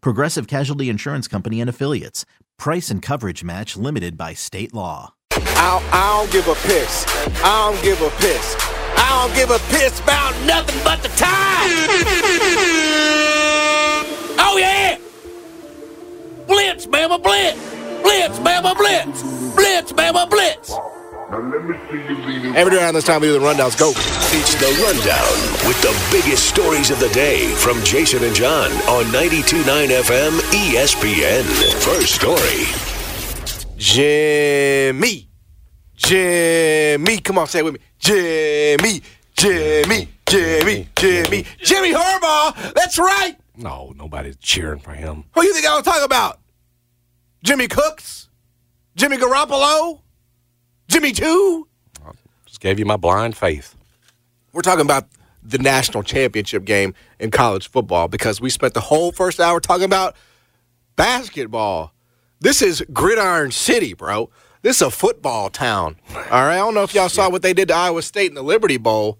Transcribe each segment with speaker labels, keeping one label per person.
Speaker 1: Progressive Casualty Insurance Company and Affiliates. Price and coverage match limited by state law.
Speaker 2: I, I don't give a piss. I don't give a piss. I don't give a piss about nothing but the time. Oh yeah! Blitz, Bama, blitz! Blitz, Bama, blitz! Blitz, Bama, blitz!
Speaker 3: Now let me see you lead it.
Speaker 2: Every day around this time we do the rundowns. Go.
Speaker 4: It's the Rundown with the biggest stories of the day from Jason and John on 92.9 FM ESPN. First story.
Speaker 2: Jimmy. Jimmy. Come on, say it with me. Jimmy. Jimmy. Jimmy. Jimmy. Jimmy Harbaugh. That's right.
Speaker 5: No, nobody's cheering for him.
Speaker 2: Who you think I was talking about? Jimmy Cooks? Jimmy Garoppolo? Jimmy Two?
Speaker 5: Just gave you my blind faith.
Speaker 2: We're talking about the national championship game in college football because we spent the whole first hour talking about basketball. This is Gridiron City, bro. This is a football town. All right. I don't know if y'all saw what they did to Iowa State in the Liberty Bowl.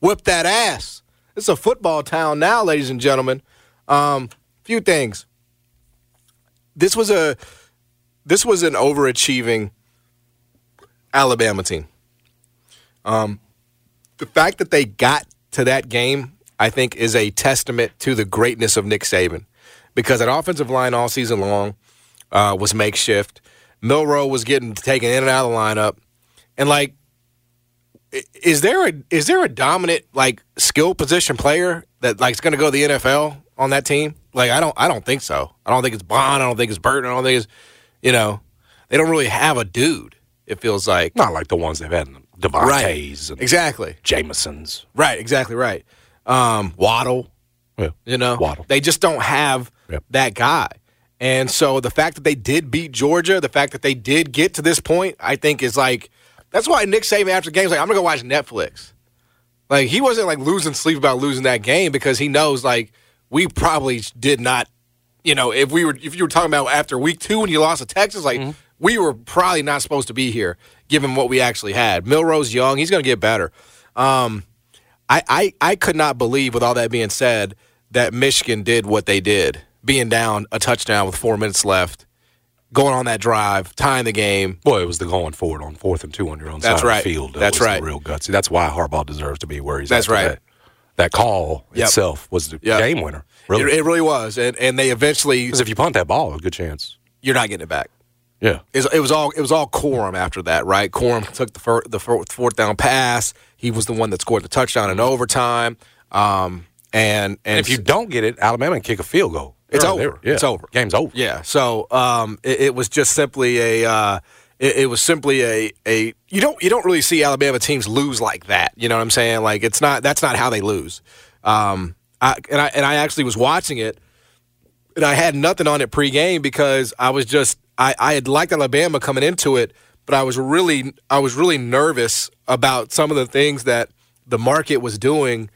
Speaker 2: Whip that ass. This is a football town now, ladies and gentlemen. Um, few things. This was a this was an overachieving Alabama team. Um, the fact that they got to that game, I think, is a testament to the greatness of Nick Saban, because an offensive line all season long uh, was makeshift. Milrow was getting taken in and out of the lineup, and like, i- is there a is there a dominant like skill position player that like is going to go to the NFL on that team? Like, I don't I don't think so. I don't think it's Bond. I don't think it's Burton. I don't think it's you know, they don't really have a dude. It feels like
Speaker 5: Not like the ones they've had in the Devontae's and
Speaker 2: Exactly.
Speaker 5: Jameson's.
Speaker 2: Right. Exactly. Right. Um, Waddle.
Speaker 5: Well,
Speaker 2: You know,
Speaker 5: Waddle.
Speaker 2: they just don't have
Speaker 5: Yep.
Speaker 2: that guy. And so the fact that they did beat Georgia, the fact that they did get to this point, I think is like that's why Nick Saban after the game's like, I'm gonna go watch Netflix. Like he wasn't like losing sleep about losing that game because he knows like we probably did not, you know, if we were if you were talking about after week two when you lost to Texas, like
Speaker 5: Mm-hmm.
Speaker 2: we were probably not supposed to be here given what we actually had. Milrose young, he's gonna get better. Um, I, I, I could not believe, with all that being said, that Michigan did what they did, being down a touchdown with four minutes left, going on that drive, tying the game.
Speaker 5: Boy, it was the going forward on fourth and two on your own
Speaker 2: That's
Speaker 5: side
Speaker 2: right.
Speaker 5: of the field. that
Speaker 2: That's
Speaker 5: was the
Speaker 2: right.
Speaker 5: Real gutsy. That's why Harbaugh deserves to be where he's
Speaker 2: That's
Speaker 5: at
Speaker 2: right.
Speaker 5: Today. That call
Speaker 2: Yep.
Speaker 5: itself was the
Speaker 2: Yep.
Speaker 5: game winner. Really,
Speaker 2: It, it really was, and and they eventually
Speaker 5: 'Cause if you punt that ball, a good chance.
Speaker 2: you're not getting it back.
Speaker 5: Yeah.
Speaker 2: It was, it was all it was all Corum after that, right? Corum took the fir- the fir- fourth down pass. He was the one that scored the touchdown in overtime. Um, and and
Speaker 5: And Mm-hmm. if you don't get it, Alabama can kick a field goal.
Speaker 2: It's
Speaker 5: They're-
Speaker 2: over.
Speaker 5: they're- yeah.
Speaker 2: It's over.
Speaker 5: Game's over.
Speaker 2: Yeah. So um, it, it was just simply a. Uh, it, it was simply a, a you don't you don't really see Alabama teams lose like that. You know what I'm saying? Like it's not that's not how they lose. Um, I, and I and I actually was watching it, and I had nothing on it pregame because I was just I, I had liked Alabama coming into it, but I was really I was really nervous about some of the things that the market was doing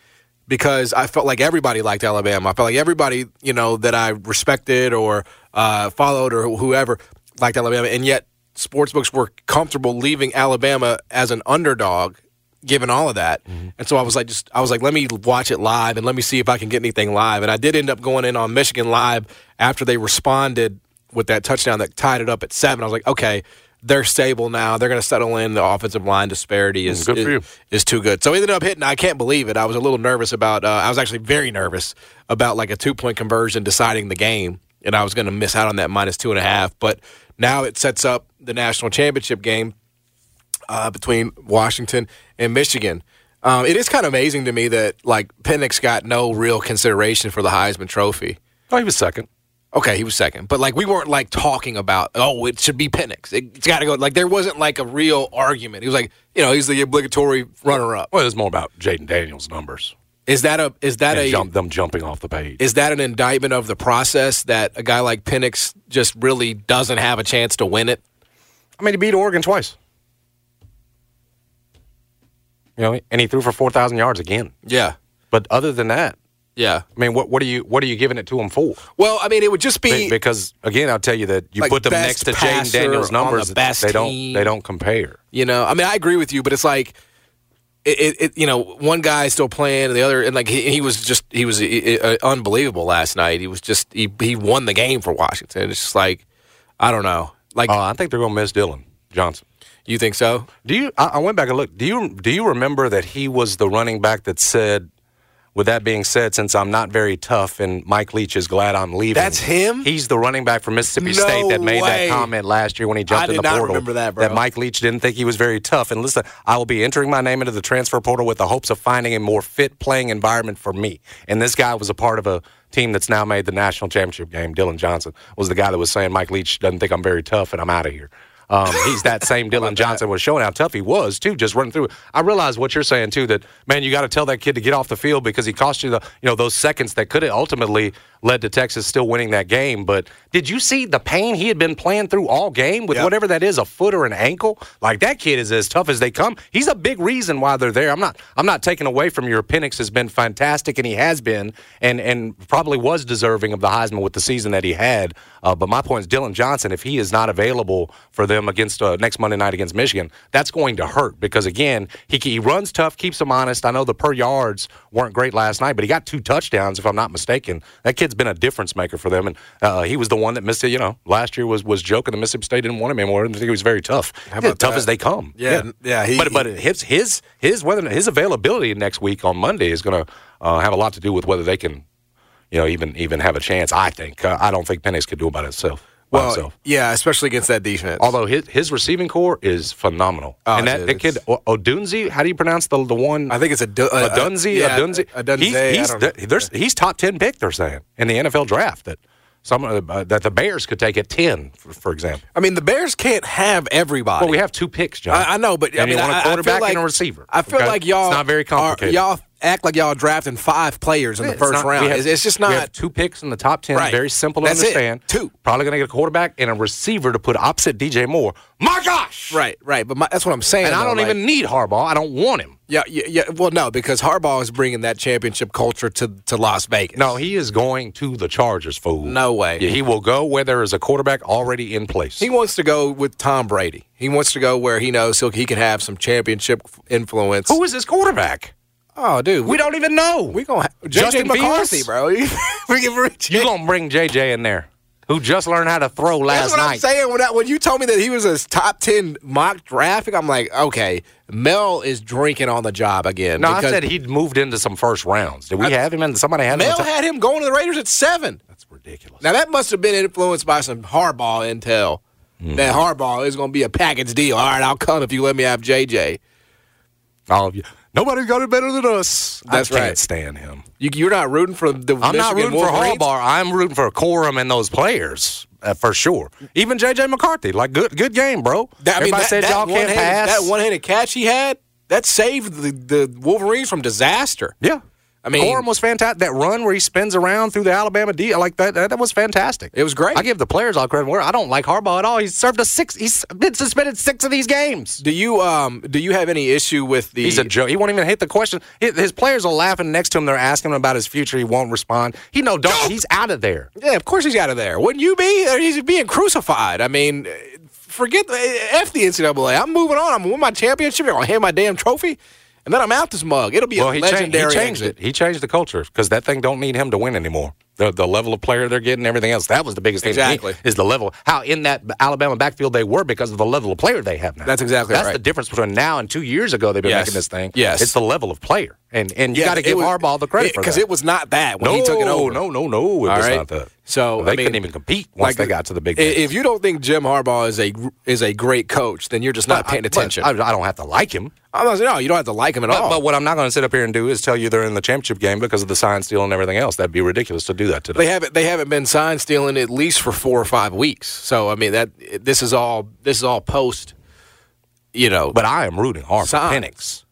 Speaker 2: because I felt like everybody liked Alabama. I felt like everybody you know that I respected or uh, followed or whoever liked Alabama, and yet sportsbooks were comfortable leaving Alabama as an underdog given all of that.
Speaker 5: Mm-hmm.
Speaker 2: And so I was like, just I was like, let me watch it live and let me see if I can get anything live. And I did end up going in on Michigan live after they responded with that touchdown that tied it up at seven. I was like, okay, they're stable now. They're going to settle in. The offensive line disparity is
Speaker 5: Mm, good for
Speaker 2: is-
Speaker 5: you.
Speaker 2: is too good. So it ended up hitting. I can't believe it. I was a little nervous about. Uh, I was actually very nervous about like a two point conversion deciding the game and I was going to miss out on that minus two and a half. But now it sets up the national championship game uh, between Washington and Michigan. Um, it is kind of amazing to me that like Penix got no real consideration for the Heisman Trophy.
Speaker 5: Oh, he was second.
Speaker 2: Okay, he was second, but like we weren't like talking about. Oh, it should be Penix. It, has got to go. Like there wasn't like a real argument. He was like, you know, he's the obligatory runner-up.
Speaker 5: Well, it was more about Jaden Daniels' numbers
Speaker 2: Is that a? Is that
Speaker 5: and
Speaker 2: a?
Speaker 5: jump, them jumping off the page.
Speaker 2: Is that an indictment of the process that a guy like Penix just really doesn't have a chance to win it?
Speaker 5: I mean, he beat Oregon twice. You know, and he threw for four thousand yards again.
Speaker 2: Yeah,
Speaker 5: But other than that,
Speaker 2: yeah.
Speaker 5: I mean, what what are you what are you giving it to him for?
Speaker 2: Well, I mean, it would just be
Speaker 5: Be- because again, I'll tell you that you
Speaker 2: Like
Speaker 5: put them
Speaker 2: best
Speaker 5: next to Jaden
Speaker 2: passer
Speaker 5: Daniels'
Speaker 2: on the
Speaker 5: numbers,
Speaker 2: best
Speaker 5: they don't
Speaker 2: team.
Speaker 5: they don't compare.
Speaker 2: You know, I mean, I agree with you, but it's like, it, it, it you know, one guy is still playing, and the other, and like he, he was just he was uh, uh, unbelievable last night. He was just he he won the game for Washington. It's just like, I don't know, like
Speaker 5: Uh, I think they're going to miss Dylan Johnson.
Speaker 2: you think so?
Speaker 5: Do you? I, I went back and looked. Do you do you remember that he was the running back that said, "With that being said, since I'm not very tough, and Mike Leach is glad I'm leaving."
Speaker 2: That's him?
Speaker 5: He's the running back from Mississippi
Speaker 2: No
Speaker 5: State that made
Speaker 2: way.
Speaker 5: that comment last year when he jumped
Speaker 2: I
Speaker 5: in
Speaker 2: did
Speaker 5: the
Speaker 2: not
Speaker 5: portal.
Speaker 2: remember that, bro.
Speaker 5: Mike Leach didn't think he was very tough. And listen, I will be entering my name into the transfer portal with the hopes of finding a more fit playing environment for me. And this guy was a part of a team that's now made the national championship game. Dylan Johnson was the guy that was saying Mike Leach doesn't think I'm very tough, and I'm out of here. Um, he's that same Dylan Johnson was showing how tough he was too, just running through. it. I realize what you're saying too. That man, you got to tell that kid to get off the field because he cost you the you know those seconds that could have ultimately led to Texas still winning that game. But did you see the pain he had been playing through all game with
Speaker 2: Yeah.
Speaker 5: whatever that is, a foot or an ankle? Like that kid is as tough as they come. He's a big reason why they're there. I'm not I'm not taking away from your Penix has been fantastic and he has been and and probably was deserving of the Heisman with the season that he had. Uh, but my point is Dylan Johnson, if he is not available for them against uh, next Monday night against Michigan, that's going to hurt because again he he runs tough, keeps them honest. I know the per yards weren't great last night, but he got two touchdowns if I'm not mistaken. That kid's been a difference maker for them, and uh, he was the one that missed it. You know, last year was was joking. The Mississippi State didn't want him anymore. I didn't think he was very tough. He's
Speaker 2: about
Speaker 5: tough
Speaker 2: that?
Speaker 5: as they come.
Speaker 2: Yeah, n- yeah, he-
Speaker 5: but but his his his whether his availability next week on Monday is going to uh, have a lot to do with whether they can, you know, even even have a chance. I think uh, I don't think Penix could do it by himself. By himself.
Speaker 2: Uh, yeah, especially against that defense.
Speaker 5: Although his, his receiving core is phenomenal,
Speaker 2: Oh,
Speaker 5: and that,
Speaker 2: dude,
Speaker 5: that kid O- Odunzi, how do you pronounce the the one?
Speaker 2: I think it's a du- a- a-
Speaker 5: Adunzi,
Speaker 2: yeah,
Speaker 5: Adunzi,
Speaker 2: Adunze,
Speaker 5: He's,
Speaker 2: I
Speaker 5: he's,
Speaker 2: don't
Speaker 5: th-
Speaker 2: know.
Speaker 5: there's- he's top ten pick. They're saying in the NFL draft that some of the- uh, that the Bears could take at ten, for, for example.
Speaker 2: I mean, the Bears can't have everybody.
Speaker 5: Well, we have two picks, John.
Speaker 2: I, I know, but
Speaker 5: and
Speaker 2: I mean,
Speaker 5: you want
Speaker 2: I-
Speaker 5: a
Speaker 2: I feel
Speaker 5: quarterback
Speaker 2: like-
Speaker 5: and a receiver.
Speaker 2: I feel
Speaker 5: okay?
Speaker 2: like y'all
Speaker 5: It's not very
Speaker 2: are-
Speaker 5: complicated.
Speaker 2: y'all act like y'all drafting five players in the
Speaker 5: It's
Speaker 2: first
Speaker 5: not- we
Speaker 2: round.
Speaker 5: have-
Speaker 2: it's, it's just
Speaker 5: We have
Speaker 2: not.
Speaker 5: two picks in the top ten.
Speaker 2: Right.
Speaker 5: Very simple to
Speaker 2: That's it.
Speaker 5: understand.
Speaker 2: Two.
Speaker 5: Probably going to get a quarterback and a receiver to put opposite DJ Moore. My gosh!
Speaker 2: Right, right, but my, that's what I'm saying.
Speaker 5: And I
Speaker 2: though,
Speaker 5: don't
Speaker 2: like-
Speaker 5: even need Harbaugh. I don't want him.
Speaker 2: Yeah, yeah, yeah. Well, no, because Harbaugh is bringing that championship culture to to Las Vegas.
Speaker 5: No, he is going to the Chargers, fool.
Speaker 2: No way.
Speaker 5: Yeah, he will go where there is a quarterback already in place.
Speaker 2: he wants to go with Tom Brady. He wants to go where he knows he'll, he can have some championship f- influence.
Speaker 5: Who is this quarterback?
Speaker 2: Oh, dude,
Speaker 5: We don't even know.
Speaker 2: We gonna ha-
Speaker 5: Justin
Speaker 2: JJ McCarthy,
Speaker 5: Fields?
Speaker 2: bro. we can reach.
Speaker 5: you gonna bring JJ in there, who just learned how to throw
Speaker 2: That's
Speaker 5: last
Speaker 2: what I'm
Speaker 5: night.
Speaker 2: saying. When, I, when you told me that he was a top ten mock draft, pick, I'm like, okay, Mel is drinking on the job again.
Speaker 5: No, I
Speaker 2: because
Speaker 5: said he'd moved into some first rounds. Did we have him? And somebody had him.
Speaker 2: Mel
Speaker 5: at the-
Speaker 2: had him going to the Raiders at seven.
Speaker 5: That's ridiculous.
Speaker 2: Now that must have been influenced by some Harbaugh intel.
Speaker 5: Hmm.
Speaker 2: That Harbaugh is going to be a package deal. All right, I'll come if you let me have JJ.
Speaker 5: All of you. Nobody's got it better than us.
Speaker 2: That's
Speaker 5: I can't
Speaker 2: right.
Speaker 5: stand him.
Speaker 2: You, you're not rooting for the.
Speaker 5: I'm not rooting for Harbaugh. I'm rooting for Corum and those players uh, for sure. Even JJ McCarthy, like good, good game, bro.
Speaker 2: That, I mean,
Speaker 5: Everybody
Speaker 2: that,
Speaker 5: said
Speaker 2: that
Speaker 5: y'all can't
Speaker 2: one-handed-
Speaker 5: pass.
Speaker 2: That one-handed catch he had that saved the, the Wolverines from disaster.
Speaker 5: yeah.
Speaker 2: I mean-
Speaker 5: Corum was fantastic. That run where he spins around through the Alabama D, like that, that, that was fantastic.
Speaker 2: It was great.
Speaker 5: I give the players all credit. Where I don't like Harbaugh at all. He's served a six. He's been suspended six of these games.
Speaker 2: Do you um do you have any issue with the?
Speaker 5: He's a joke. He won't even hit the question. His, his players are laughing next to him. They're asking him about his future. He won't respond. He no, don't. He's out of there.
Speaker 2: yeah, of course he's out of there. Wouldn't you be? Or He's being crucified. I mean, uh, forget the uh, f the NCAA. I'm moving on. I'm gonna win my championship. I'm gonna hand my damn trophy, and then I'm out this mug. It'll be
Speaker 5: Well,
Speaker 2: a
Speaker 5: he, cha- he
Speaker 2: legendary
Speaker 5: changed
Speaker 2: exit.
Speaker 5: it. He changed the culture because that thing don't need him to win anymore. The the level of player they're getting, everything else. That was the biggest thing. to me,
Speaker 2: Exactly.
Speaker 5: is the level how in that Alabama backfield they were because of the level of player they have now.
Speaker 2: That's exactly
Speaker 5: That's
Speaker 2: right.
Speaker 5: the difference between now and two years ago. They've been
Speaker 2: Yes.
Speaker 5: making this thing.
Speaker 2: Yes.
Speaker 5: it's the level of player, and and you got to give Harbaugh the credit for
Speaker 2: because
Speaker 5: that.
Speaker 2: it was not that when
Speaker 5: no,
Speaker 2: he took it over.
Speaker 5: No, no, no, it
Speaker 2: All
Speaker 5: was
Speaker 2: right?
Speaker 5: not that.
Speaker 2: So
Speaker 5: Well, they
Speaker 2: I mean,
Speaker 5: couldn't even compete once
Speaker 2: like,
Speaker 5: they got to the big.
Speaker 2: i-
Speaker 5: leagues.
Speaker 2: If you don't think Jim Harbaugh is a is a great coach, then you're just not paying
Speaker 5: I- but
Speaker 2: attention.
Speaker 5: I,
Speaker 2: I,
Speaker 5: I don't have to like him.
Speaker 2: am not saying no. You don't have to like him at
Speaker 5: But,
Speaker 2: all.
Speaker 5: but what I'm not going to sit up here and do is tell you they're in the championship game because of the sign steal and everything else. That'd be ridiculous to do that today.
Speaker 2: they haven't they haven't been sign stealing at least for four or five weeks. So I mean that this is all this is all post. You know,
Speaker 5: but I am rooting hard for
Speaker 2: Signs.
Speaker 5: Penix.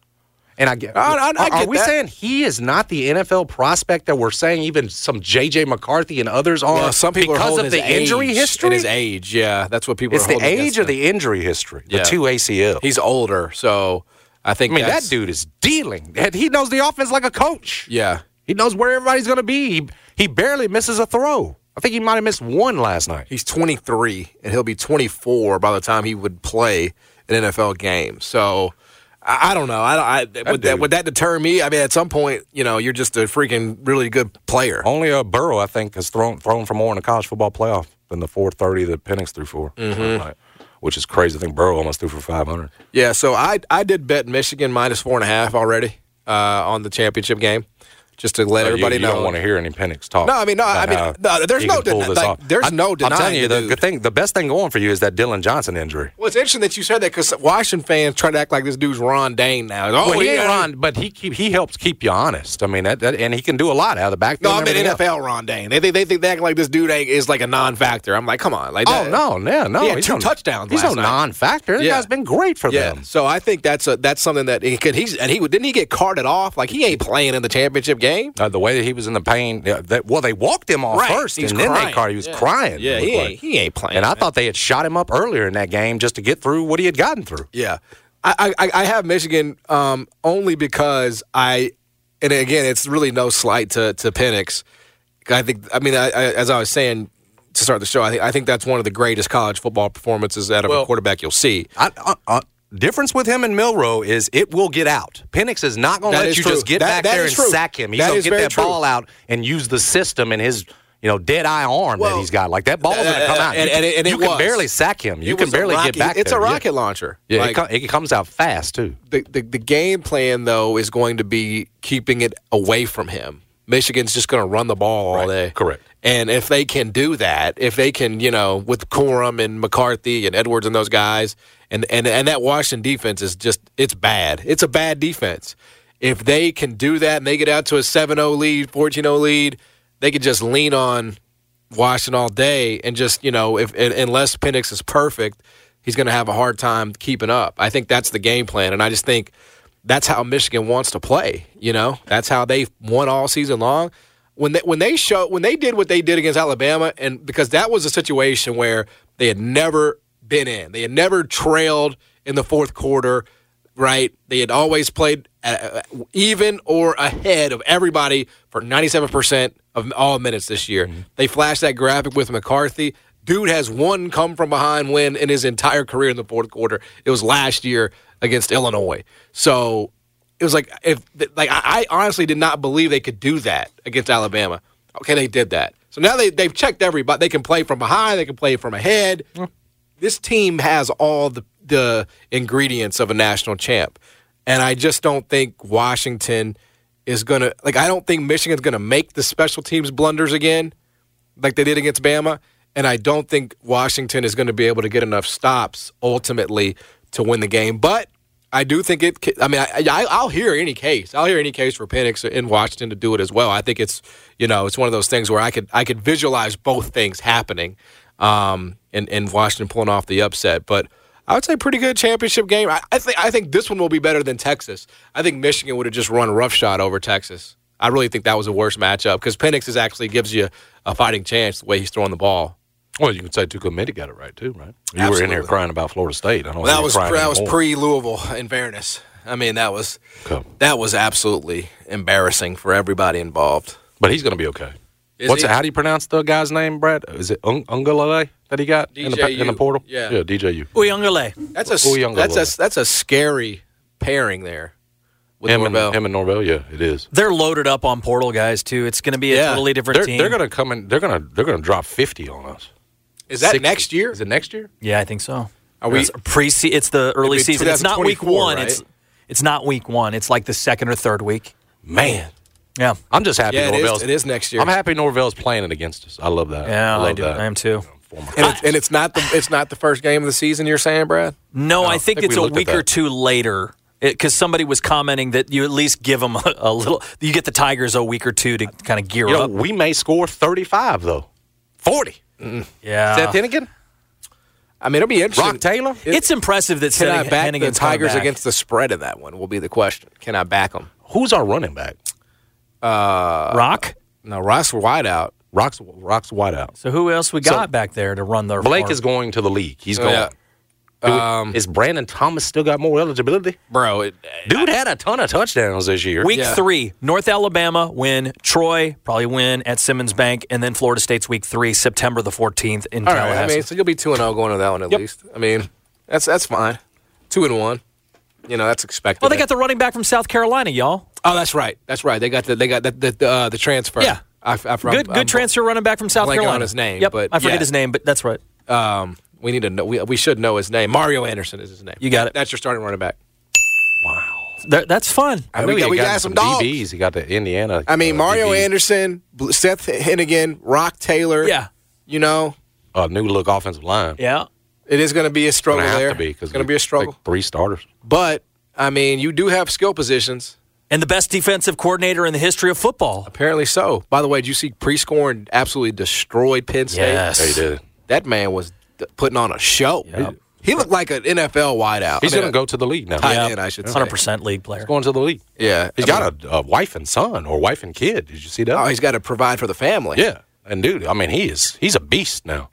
Speaker 5: And I get.
Speaker 2: I- I- I
Speaker 5: are- are
Speaker 2: get
Speaker 5: we
Speaker 2: that.
Speaker 5: saying he is not the NFL prospect that we're saying even some J.J. McCarthy and others are?
Speaker 2: Well, some people are
Speaker 5: because
Speaker 2: holding
Speaker 5: of the
Speaker 2: his age
Speaker 5: injury
Speaker 2: and
Speaker 5: history.
Speaker 2: his age. Yeah, that's what people.
Speaker 5: It's
Speaker 2: are
Speaker 5: the
Speaker 2: holding
Speaker 5: age
Speaker 2: against
Speaker 5: or
Speaker 2: him.
Speaker 5: the injury history.
Speaker 2: Yeah.
Speaker 5: The two ACL.
Speaker 2: He's older, so I think.
Speaker 5: I mean,
Speaker 2: that's-
Speaker 5: that dude is dealing. And He knows the offense like a coach.
Speaker 2: Yeah,
Speaker 5: He knows where everybody's going to be. He, he barely misses a throw. I think he might have missed one last night.
Speaker 2: he's 23 and he'll be 24 by the time he would play an NFL game. So I, I don't know. I, don't- I would that
Speaker 5: dude-
Speaker 2: would that deter me? I mean, at some point, you know, you're just a freaking really good player.
Speaker 5: Only a Burrow, I think, has thrown thrown for more in a college football playoff than the 430 that Penix threw for,
Speaker 2: Mm-hmm.
Speaker 5: Right. which is crazy. I think Burrow almost threw for 500.
Speaker 2: Yeah. So I I did bet Michigan minus four and a half already uh, on the championship game, just to let
Speaker 5: So you-
Speaker 2: everybody
Speaker 5: you,
Speaker 2: know.
Speaker 5: don't want to hear any Penix talk.
Speaker 2: No, I mean, no, I
Speaker 5: about
Speaker 2: mean,
Speaker 5: how
Speaker 2: no, there's
Speaker 5: he
Speaker 2: no
Speaker 5: can pull
Speaker 2: deny-
Speaker 5: this
Speaker 2: like,
Speaker 5: off.
Speaker 2: there's
Speaker 5: I'm-
Speaker 2: no
Speaker 5: I'm
Speaker 2: denying
Speaker 5: telling you,
Speaker 2: the
Speaker 5: the
Speaker 2: dude.
Speaker 5: good thing, the best thing going for you is that Dylan Johnson injury.
Speaker 2: well, it's interesting that you said that because Washington fans try to act like this dude's Ron Dane now. Oh,
Speaker 5: well, he ain't
Speaker 2: yeah.
Speaker 5: Ron, but he keep, he helps keep you honest. I mean, that, that, and he can do a lot out of the
Speaker 2: No,
Speaker 5: backfield.
Speaker 2: I
Speaker 5: and
Speaker 2: mean
Speaker 5: everything else.
Speaker 2: NFL Ron Dane. They, they, they think they act like this dude ain't, is like a non-factor. I'm like, come on, like
Speaker 5: Oh
Speaker 2: that-
Speaker 5: no, no, no!
Speaker 2: He had
Speaker 5: he's
Speaker 2: two
Speaker 5: no-
Speaker 2: touchdowns
Speaker 5: He's
Speaker 2: last
Speaker 5: no
Speaker 2: night.
Speaker 5: non-factor. That
Speaker 2: Yeah.
Speaker 5: guy's been great for
Speaker 2: Yeah.
Speaker 5: them.
Speaker 2: So I think that's a that's something that he could he's and he would- didn't he get carted off like he ain't playing in the championship game.
Speaker 5: Uh, the way that he was in the pain, yeah, that, well, they walked him off
Speaker 2: Right.
Speaker 5: first,
Speaker 2: He's
Speaker 5: and then
Speaker 2: crying.
Speaker 5: they caught. He was crying.
Speaker 2: Yeah,
Speaker 5: it
Speaker 2: he
Speaker 5: looked
Speaker 2: ain't,
Speaker 5: like.
Speaker 2: he ain't playing.
Speaker 5: And I
Speaker 2: man.
Speaker 5: thought they had shot him up earlier in that game just to get through what he had gotten through.
Speaker 2: yeah, I I, I- I have Michigan um, only because I and again it's really no slight to to Penix. I think I mean I, I, as I was saying to start the show, I think I think that's one of the greatest college football performances out of a
Speaker 5: Well-
Speaker 2: quarterback you'll see.
Speaker 5: I, uh, uh, difference with him and Milrow is it will get out. Penix is not going to
Speaker 2: That
Speaker 5: let
Speaker 2: is
Speaker 5: you
Speaker 2: true.
Speaker 5: just get
Speaker 2: That-
Speaker 5: back
Speaker 2: that
Speaker 5: there
Speaker 2: is
Speaker 5: and
Speaker 2: true.
Speaker 5: sack him. He's
Speaker 2: That
Speaker 5: going
Speaker 2: is
Speaker 5: to get
Speaker 2: very
Speaker 5: that
Speaker 2: true.
Speaker 5: ball out and use the system and his. You know, dead eye arm
Speaker 2: Well,
Speaker 5: that he's got. Like that ball's going to
Speaker 2: uh,
Speaker 5: come out.
Speaker 2: and-
Speaker 5: you
Speaker 2: and it- and it
Speaker 5: you can
Speaker 2: was.
Speaker 5: barely sack him. You
Speaker 2: It
Speaker 5: can
Speaker 2: was a
Speaker 5: barely
Speaker 2: rocket-
Speaker 5: get back.
Speaker 2: It's
Speaker 5: there.
Speaker 2: a rocket
Speaker 5: Yeah.
Speaker 2: launcher.
Speaker 5: Yeah,
Speaker 2: Like,
Speaker 5: it, com- it comes out fast too.
Speaker 2: the, the, the game plan though is going to be keeping it away from him. Michigan's just going to run the ball all
Speaker 5: Right,
Speaker 2: day.
Speaker 5: correct.
Speaker 2: And if they can do that, if they can, you know, with Corum and McCarthy and Edwards and those guys, and and and that Washington defense is just it's bad. It's a bad defense. If they can do that and they get out to a 7-0 lead, 14-0 lead, they could just lean on Washington all day and just you know if and, unless Penix is perfect, he's going to have a hard time keeping up. I think that's the game plan, and I just think that's how Michigan wants to play. You know, that's how they won all season long. When they when they show when they did what they did against Alabama, and because that was a situation where they had never been in, they had never trailed in the fourth quarter right? They had always played uh, even or ahead of everybody for 97% of all minutes this year. They flashed that graphic with McCarthy. Dude has one come from behind win in his entire career in the fourth quarter. It was last year against Illinois. So it was like if like I, I honestly did not believe they could do that against Alabama. Okay, they did that. So now they they've checked everybody. They can play from behind. They can play from ahead this team has all the, the ingredients of a national champ. And I just don't think Washington is going to, like, I don't think Michigan's going to make the special teams blunders again, like they did against Bama. And I don't think Washington is going to be able to get enough stops ultimately to win the game. But I do think it, ca- I mean, I, I, I'll hear any case. I'll hear any case for Penix in Washington to do it as well. I think it's, you know, it's one of those things where I could, I could visualize both things happening um, and, and Washington pulling off the upset. But I would say pretty good championship game. I, I think I think this one will be better than Texas. I think Michigan would have just run roughshod over Texas. I really think that was a worse matchup because Penix is actually gives you a fighting chance the way he's throwing the ball.
Speaker 5: Well, you can say Tuca Minty got it right too, right? You were in
Speaker 2: Absolutely.
Speaker 5: here crying about Florida State. I don't.
Speaker 2: Well,
Speaker 5: think
Speaker 2: that
Speaker 5: you were
Speaker 2: was
Speaker 5: crying
Speaker 2: that was
Speaker 5: anymore.
Speaker 2: pre Louisville. In fairness, I mean that was
Speaker 5: Come.
Speaker 2: that was absolutely embarrassing for everybody involved.
Speaker 5: But he's going to be okay.
Speaker 2: Is
Speaker 5: What's
Speaker 2: he?
Speaker 5: how do you pronounce the guy's name, Brad? Is it Un- Ungalale that he got in the pa- in the
Speaker 2: DJU,
Speaker 5: portal?
Speaker 2: yeah.
Speaker 5: yeah, DJU.
Speaker 6: Uyungale.
Speaker 2: That's a
Speaker 5: Who younger
Speaker 2: that's
Speaker 5: was
Speaker 2: a that's a scary pairing there. With
Speaker 5: Him and,
Speaker 2: Norvell.
Speaker 5: him and Norvell, yeah, it is.
Speaker 6: They're loaded up on portal guys too. It's going to be a
Speaker 2: Yeah.
Speaker 6: totally different
Speaker 5: They're,
Speaker 6: team.
Speaker 5: they're gonna come in. They're gonna they're gonna drop fifty on us.
Speaker 2: is that
Speaker 5: 60.
Speaker 2: next year?
Speaker 5: Is it next year?
Speaker 6: yeah, I think so.
Speaker 2: Are we-
Speaker 6: It's pre? It's the early
Speaker 2: It'd be
Speaker 6: season. It's not week
Speaker 2: 2024,
Speaker 6: one. It's
Speaker 2: right?
Speaker 6: it's not week one. It's like the second or third week.
Speaker 5: Man,
Speaker 6: Yeah.
Speaker 5: I'm just happy
Speaker 2: Yeah, it is-
Speaker 5: Norvell's.
Speaker 2: it is next year.
Speaker 5: I'm happy Norvell's playing it against us. I love that.
Speaker 6: Yeah,
Speaker 5: love
Speaker 6: I do.
Speaker 5: That.
Speaker 6: I am too.
Speaker 5: Former-
Speaker 2: And, it's, and it's not the it's not the first game of the season. You're saying, Brad?
Speaker 6: No, I think,
Speaker 5: think
Speaker 6: it's
Speaker 5: we
Speaker 6: a
Speaker 5: looked at
Speaker 6: week or
Speaker 5: that.
Speaker 6: two later. Because somebody was commenting that you at least give them a, a little. You get the Tigers a week or two to kind of gear
Speaker 5: You know,
Speaker 6: up.
Speaker 5: we may score 35 though, 40.
Speaker 6: yeah,
Speaker 5: Seth Hennigan,
Speaker 2: I mean, it'll be interesting.
Speaker 5: Rock Taylor.
Speaker 6: it's impressive that
Speaker 2: Can I
Speaker 6: Hennig-
Speaker 2: back the
Speaker 6: Hennigan's coming
Speaker 2: Tigers
Speaker 6: back.
Speaker 2: against the spread of that one? Will be the question. Can I back them?
Speaker 5: Who's our running back?
Speaker 6: Rock.
Speaker 2: No, Ross Whiteout.
Speaker 5: Rocks Rocks Whiteout.
Speaker 6: So who else we got back there to run their?
Speaker 5: Blake
Speaker 6: farm?
Speaker 5: is going to the league. He's going.
Speaker 2: Oh, Yeah. Um,
Speaker 5: Do we- is Brandon Thomas still got more eligibility?
Speaker 2: bro. It,
Speaker 5: Dude had a ton of touchdowns this year.
Speaker 6: Week
Speaker 2: Yeah.
Speaker 6: three, North Alabama win, Troy probably win at Simmons Bank, and then Florida State's week three, September the 14th in
Speaker 2: all right. I
Speaker 6: Tallahassee.
Speaker 2: mean, so you'll be two and zero going to that one at least. I mean, that's that's fine. Two and one. You know, that's expected.
Speaker 6: well, they got the running back from South Carolina, y'all.
Speaker 2: Oh, that's right. That's right. They got the they got the the, the, uh, the transfer.
Speaker 6: Yeah.
Speaker 2: I, I, from,
Speaker 6: good, good
Speaker 2: I'm-
Speaker 6: transfer running back from South
Speaker 2: blanking on
Speaker 6: Carolina.
Speaker 2: his name,
Speaker 6: Yep,
Speaker 2: but
Speaker 6: I forget
Speaker 2: yeah.
Speaker 6: his name, but that's right.
Speaker 2: Um, we need to know. We, we should know his name. Mario Anderson is his name.
Speaker 6: You got it.
Speaker 2: That's your starting running back.
Speaker 6: That- that's fun.
Speaker 2: I mean,
Speaker 5: know
Speaker 2: we
Speaker 5: he
Speaker 2: got, we
Speaker 5: had
Speaker 2: got some dogs.
Speaker 5: DBs. He got the Indiana.
Speaker 2: I mean,
Speaker 5: uh,
Speaker 2: Mario
Speaker 5: DBs.
Speaker 2: Anderson, Bl- Seth Hennigan, Rock Taylor.
Speaker 6: Yeah,
Speaker 2: You know,
Speaker 5: a new look offensive line.
Speaker 6: yeah.
Speaker 2: it is going to be a struggle
Speaker 5: Gonna have
Speaker 2: there.
Speaker 5: to be because
Speaker 2: it's going to be a struggle.
Speaker 5: three starters.
Speaker 2: But I mean, you do have skill positions.
Speaker 6: And the best defensive coordinator in the history of football.
Speaker 2: Apparently so. By the way, did you see Prescorn absolutely destroyed Penn State?
Speaker 6: Yes.
Speaker 5: They did.
Speaker 2: That man was d- putting on a show. He looked like an NFL wideout.
Speaker 5: He's
Speaker 2: I mean,
Speaker 5: going to go to the league now.
Speaker 2: tight
Speaker 5: Yeah.
Speaker 2: end, I should say.
Speaker 6: 100% league player.
Speaker 5: Going to the league.
Speaker 2: Yeah,
Speaker 5: He's
Speaker 2: I mean,
Speaker 5: got a, a wife and son, or wife and kid. Did you see that?
Speaker 2: Oh, he's got to provide for the family.
Speaker 5: yeah. And dude, I mean, he is. He's a beast now.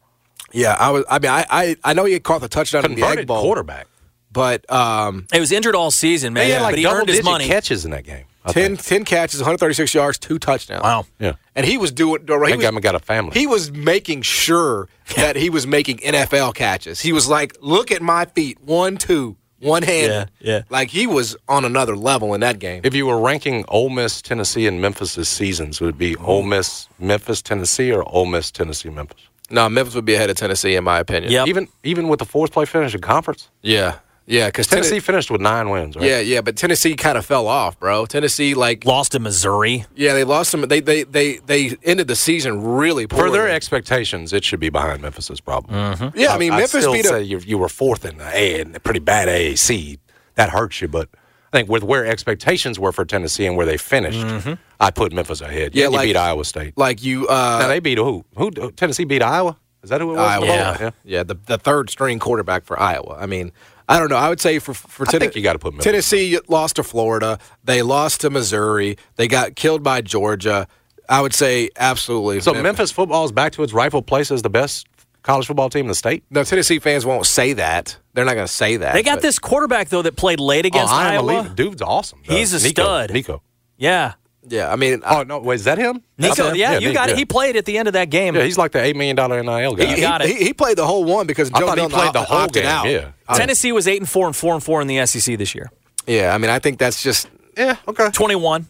Speaker 2: yeah. I was. I mean, I, I, I know he caught the touchdown in the Egg
Speaker 5: Converted
Speaker 2: Bowl,
Speaker 5: quarterback.
Speaker 2: but um,
Speaker 6: He was injured all season, man,
Speaker 5: He had like
Speaker 6: but he
Speaker 5: double
Speaker 6: earned his
Speaker 5: digit
Speaker 6: money.
Speaker 5: catches in that game. I
Speaker 2: 10,
Speaker 5: think.
Speaker 2: 10 catches, 136 yards, two touchdowns.
Speaker 6: Wow.
Speaker 5: Yeah.
Speaker 2: And he was doing. He
Speaker 5: That
Speaker 2: was,
Speaker 5: guy got a family.
Speaker 2: he was making sure that he was making NFL catches. He was like, "Look at my feet, one, two, one hand."
Speaker 6: Yeah, yeah.
Speaker 2: Like he was on another level in that game.
Speaker 5: if you were ranking Ole Miss, Tennessee, and Memphis' seasons, would it be
Speaker 2: Oh.
Speaker 5: Ole Miss, Memphis, Tennessee, or Ole Miss, Tennessee, Memphis?
Speaker 2: No, Memphis would be ahead of Tennessee in my opinion.
Speaker 6: Yep.
Speaker 5: Even even with the fourth play finish in conference,
Speaker 2: Yeah, yeah, because
Speaker 5: Tennessee
Speaker 2: Tennessee.
Speaker 5: finished with nine wins. Right?
Speaker 2: Yeah, yeah, but Tennessee kind of fell off, bro. Tennessee, like,
Speaker 6: Lost to Missouri.
Speaker 2: yeah, they lost some. They they they they ended the season really poorly.
Speaker 5: For their expectations, it should be behind Memphis's problem.
Speaker 6: Mm-hmm.
Speaker 2: yeah, I mean, Memphis
Speaker 5: still
Speaker 2: beat a
Speaker 5: say you, you were fourth in the A and a pretty bad AAC. That hurts you, but I think with where expectations were for Tennessee and where they finished,
Speaker 6: Mm-hmm.
Speaker 5: I put Memphis ahead.
Speaker 2: Yeah,
Speaker 5: you
Speaker 2: like-
Speaker 5: beat Iowa State.
Speaker 2: like you. uh
Speaker 5: now they beat who? Who? Tennessee beat Iowa. Is that who it was? Oh,
Speaker 2: Iowa.
Speaker 6: Yeah.
Speaker 2: yeah. The, the third string quarterback for Iowa. I mean, I don't know. I would say for for
Speaker 5: I
Speaker 2: Tenne-
Speaker 5: think you gotta put Memphis on.
Speaker 2: Tennessee lost to Florida. They lost to Missouri. They got killed by Georgia. I would say absolutely.
Speaker 5: So
Speaker 2: Mem-
Speaker 5: Memphis football is back to its rightful place as the best college football team in the state.
Speaker 2: No, Tennessee fans won't say that. They're not going to say that.
Speaker 6: They got
Speaker 2: but- Oh,
Speaker 6: this quarterback, though, that played late against
Speaker 5: Oh, I am a
Speaker 6: Iowa.
Speaker 5: leader. Dude's awesome. though.
Speaker 2: uh,
Speaker 6: He's a
Speaker 5: Nico,
Speaker 6: stud.
Speaker 5: Nico.
Speaker 6: Yeah.
Speaker 2: Yeah, I mean, I-
Speaker 5: Oh no, wait, is that him? That's
Speaker 6: Nico,
Speaker 5: him?
Speaker 6: yeah, you
Speaker 5: Nick,
Speaker 6: got it.
Speaker 5: yeah.
Speaker 6: He played at the end of that game.
Speaker 5: yeah, he's like the eight million dollar NIL guy.
Speaker 6: He- got it.
Speaker 2: he, he played the whole one because
Speaker 5: I
Speaker 2: Joe
Speaker 5: thought he
Speaker 2: Milton
Speaker 5: played the
Speaker 2: opt-
Speaker 5: whole
Speaker 2: opted
Speaker 5: game.
Speaker 2: out.
Speaker 5: Yeah.
Speaker 6: Tennessee was eight and four and four and four in the SEC this year.
Speaker 2: yeah. I mean, I think that's just
Speaker 5: yeah, okay.
Speaker 6: Twenty-one.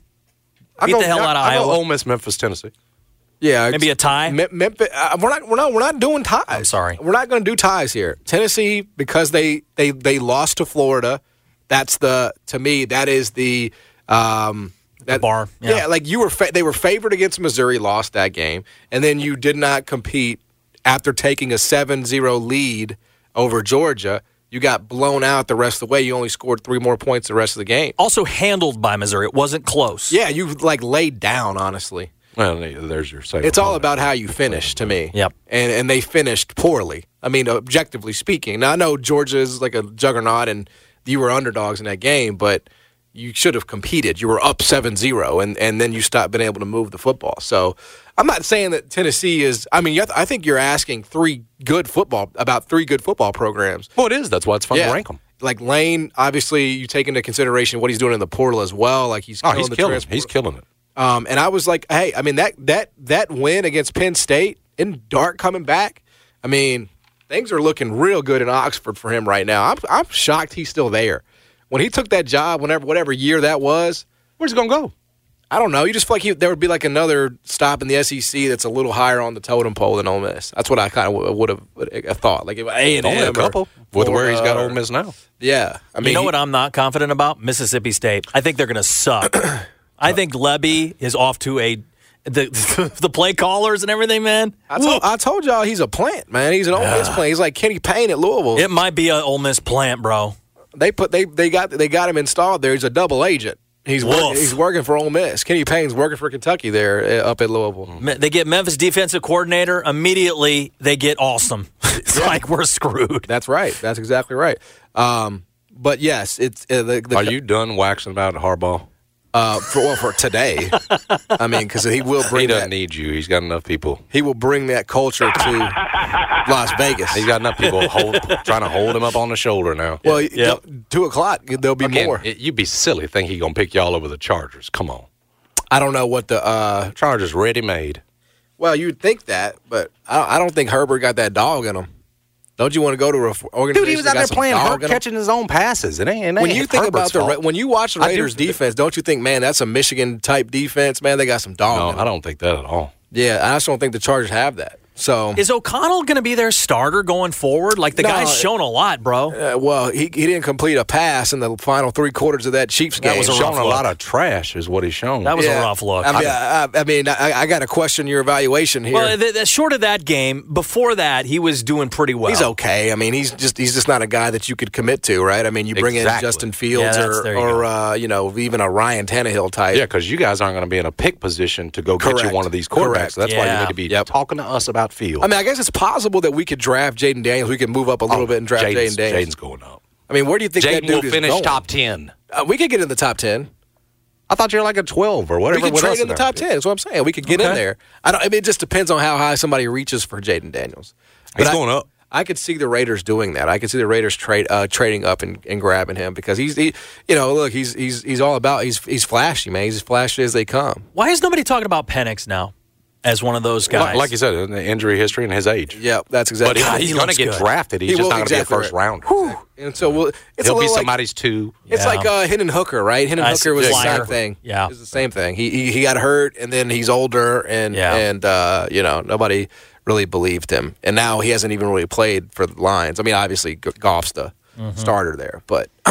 Speaker 6: Beat the hell out of
Speaker 5: I go
Speaker 6: Iowa.
Speaker 5: Ole Miss, Memphis, Tennessee.
Speaker 2: yeah.
Speaker 6: Maybe a tie?
Speaker 2: Me- Memphis, uh, we're not we're not we're not doing ties. I'm
Speaker 6: sorry.
Speaker 2: We're not going to do ties here. Tennessee because they they they lost to Florida. That's the to me that is the um that,
Speaker 6: bar, yeah.
Speaker 2: like you were fa- they were favored against Missouri, lost that game, and then you did not compete after taking a 7-0 lead over Georgia. You got blown out the rest of the way. You only scored three more points the rest of the game.
Speaker 6: Also handled by Missouri. It wasn't close.
Speaker 2: Yeah, you like laid down. Honestly,
Speaker 5: Well, there's your second.
Speaker 2: it's all
Speaker 5: opponent.
Speaker 2: about how you finish to me.
Speaker 6: Yep.
Speaker 2: And and they finished poorly. I mean, objectively speaking. Now I know Georgia is like a juggernaut, and you were underdogs in that game, but you should have competed. You were up 7-0, and and then you stopped being able to move the football. So I'm not saying that Tennessee is. I mean, you have- I think you're asking three good football about three good football programs.
Speaker 5: Well, it is. That's why it's fun to rank them.
Speaker 2: Like Lane, obviously, you take into consideration what he's doing in the portal as well. Like he's
Speaker 5: Oh,
Speaker 2: killing
Speaker 5: he's
Speaker 2: the
Speaker 5: killing. it.
Speaker 2: transfer-
Speaker 5: He's killing it.
Speaker 2: um, and I was like, hey, I mean that that that win against Penn State in Dart coming back. I mean, things are looking real good in Oxford for him right now. I'm I'm shocked he's still there. When he took that job, whenever whatever year that was,
Speaker 5: Where's he gonna go?
Speaker 2: I don't know. You just feel like he, there would be like another stop in the SEC that's a little higher on the totem pole than Ole Miss. That's what I kind of would have uh, thought. Like A and
Speaker 5: Only a couple. uh, With where he's got Ole Miss now.
Speaker 2: Yeah, I mean,
Speaker 6: you know
Speaker 2: he-
Speaker 6: what I'm not confident about? Mississippi State. I think they're going to suck. I think Levy is off to a the the play callers and everything, man.
Speaker 2: I told, I told y'all he's a plant, man. He's an old Miss plant. He's like Kenny Payne at Louisville.
Speaker 6: It might be an Ole Miss plant, bro.
Speaker 2: They put they they got they got him installed there. He's a double agent. He's working,
Speaker 6: Woof.
Speaker 2: he's working for Ole Miss. Kenny Payne's working for Kentucky there uh, up at
Speaker 5: Mm.
Speaker 2: Louisville.
Speaker 6: Me- They get Memphis defensive coordinator immediately. They get awesome. It's like we're screwed.
Speaker 2: That's right. That's exactly right. Um, but yes, it's uh, the, the
Speaker 5: Are you done waxing about Harbaugh?
Speaker 2: uh, for well for today. I mean, because he will
Speaker 5: He
Speaker 2: bring
Speaker 5: doesn't
Speaker 2: that
Speaker 5: need you. He's got enough people.
Speaker 2: he will bring that culture to Las Vegas.
Speaker 5: He's got enough people hold, trying to hold him up on the shoulder now.
Speaker 2: well,
Speaker 6: Yep.
Speaker 2: two o'clock there'll be
Speaker 5: Again,
Speaker 2: more.
Speaker 5: it- you'd be silly to think he's gonna pick y'all over the Chargers. Come on,
Speaker 2: I don't know what the uh,
Speaker 5: Chargers ready made.
Speaker 2: Well, you'd think that, but I, I don't think Herbert got that dog in him. Don't you want to go to a f- organization?
Speaker 5: Dude, he was
Speaker 2: that
Speaker 5: out
Speaker 2: got
Speaker 5: there
Speaker 2: some
Speaker 5: playing,
Speaker 2: dog
Speaker 5: Herb
Speaker 2: in 'em?
Speaker 5: catching his own passes. It ain't. It ain't
Speaker 2: When you think
Speaker 5: Herbert's
Speaker 2: about the Ra-
Speaker 5: fault.
Speaker 2: when you watch the
Speaker 5: I do
Speaker 2: Raiders
Speaker 5: think-
Speaker 2: defense, don't you think, man, that's a Michigan type defense? Man, they got some dog.
Speaker 5: No,
Speaker 2: in 'em.
Speaker 5: I don't think that at all.
Speaker 2: Yeah, I just don't think the Chargers have that. So,
Speaker 6: Is O'Connell going to be their starter going forward? Like the
Speaker 2: No,
Speaker 6: guy's
Speaker 2: it-
Speaker 6: shown a lot, bro.
Speaker 2: uh, well, he, he didn't complete a pass in the final three quarters of that Chiefs game.
Speaker 6: That was a
Speaker 5: He's
Speaker 6: rough
Speaker 5: shown a lot
Speaker 6: look.
Speaker 5: of trash, is what he's shown.
Speaker 6: That was
Speaker 2: Yeah.
Speaker 6: a rough look.
Speaker 2: I mean, I, I, I mean, I, I got to question your evaluation here.
Speaker 6: well, th- th- short of that game, before that, he was doing pretty well.
Speaker 2: He's okay. I mean, he's just he's just not a guy that you could commit to, right? I mean, you bring in
Speaker 5: Exactly.
Speaker 2: Justin Fields
Speaker 6: Yeah, that's-
Speaker 2: or
Speaker 6: there you
Speaker 2: or
Speaker 6: go.
Speaker 2: uh, you know even a Ryan Tannehill type.
Speaker 5: Yeah, because you guys aren't going to be in a pick position to go get
Speaker 2: Correct.
Speaker 5: you one of these
Speaker 2: Correct.
Speaker 5: quarterbacks. That's why you
Speaker 6: Yeah.
Speaker 5: need to be
Speaker 2: Yep.
Speaker 5: talking to us about field.
Speaker 2: I mean, I guess it's possible that we could draft Jaden Daniels. We could move up a little bit and draft Jaden
Speaker 5: Oh, Jaden's-
Speaker 2: Daniels.
Speaker 5: Jaden's going up.
Speaker 2: I mean, where do you think that
Speaker 5: Jaden
Speaker 2: dude
Speaker 5: will
Speaker 2: is
Speaker 5: finish
Speaker 2: going?
Speaker 5: top ten.
Speaker 2: Uh, we could get in the top ten.
Speaker 5: I thought you were like a twelve or
Speaker 2: We
Speaker 5: whatever.
Speaker 2: could
Speaker 5: with us
Speaker 2: trade in the
Speaker 5: there.
Speaker 2: top ten. That's what I'm saying. We could get in
Speaker 5: Okay.
Speaker 2: there. I don't. I mean, it just depends on how high somebody reaches for Jaden Daniels. But
Speaker 5: He's
Speaker 2: I-
Speaker 5: going up.
Speaker 2: I could see the Raiders doing that. I could see the Raiders trade uh, trading up and, and grabbing him because he's he, you know look he's he's he's all about he's he's flashy man. He's as flashy as they come.
Speaker 6: Why is nobody talking about Penix now as one of those guys?
Speaker 5: Like, like you said, in the injury history and his age.
Speaker 2: Yeah, that's
Speaker 5: But
Speaker 2: exactly.
Speaker 5: he's,
Speaker 6: God, he
Speaker 5: going to
Speaker 6: looks
Speaker 5: get
Speaker 6: good.
Speaker 5: drafted. He's
Speaker 2: He
Speaker 5: just
Speaker 2: will,
Speaker 5: not going to
Speaker 2: exactly
Speaker 5: be a first
Speaker 2: right.
Speaker 5: rounder.
Speaker 2: and so we'll, it's a
Speaker 5: He'll be
Speaker 2: little like-
Speaker 5: somebody's two.
Speaker 2: It's
Speaker 6: Yeah.
Speaker 2: like uh, Hendon Hooker, right? Hendon
Speaker 6: Uh,
Speaker 2: Hooker was the
Speaker 6: flyer.
Speaker 2: same thing.
Speaker 6: Yeah.
Speaker 2: it was the same thing. He, he he got hurt, and then he's older, and
Speaker 6: Yeah.
Speaker 2: and uh, you know nobody really believed him, and now he hasn't even really played for the Lions. I mean, obviously G- Goff's the
Speaker 6: Mm-hmm.
Speaker 2: starter there, but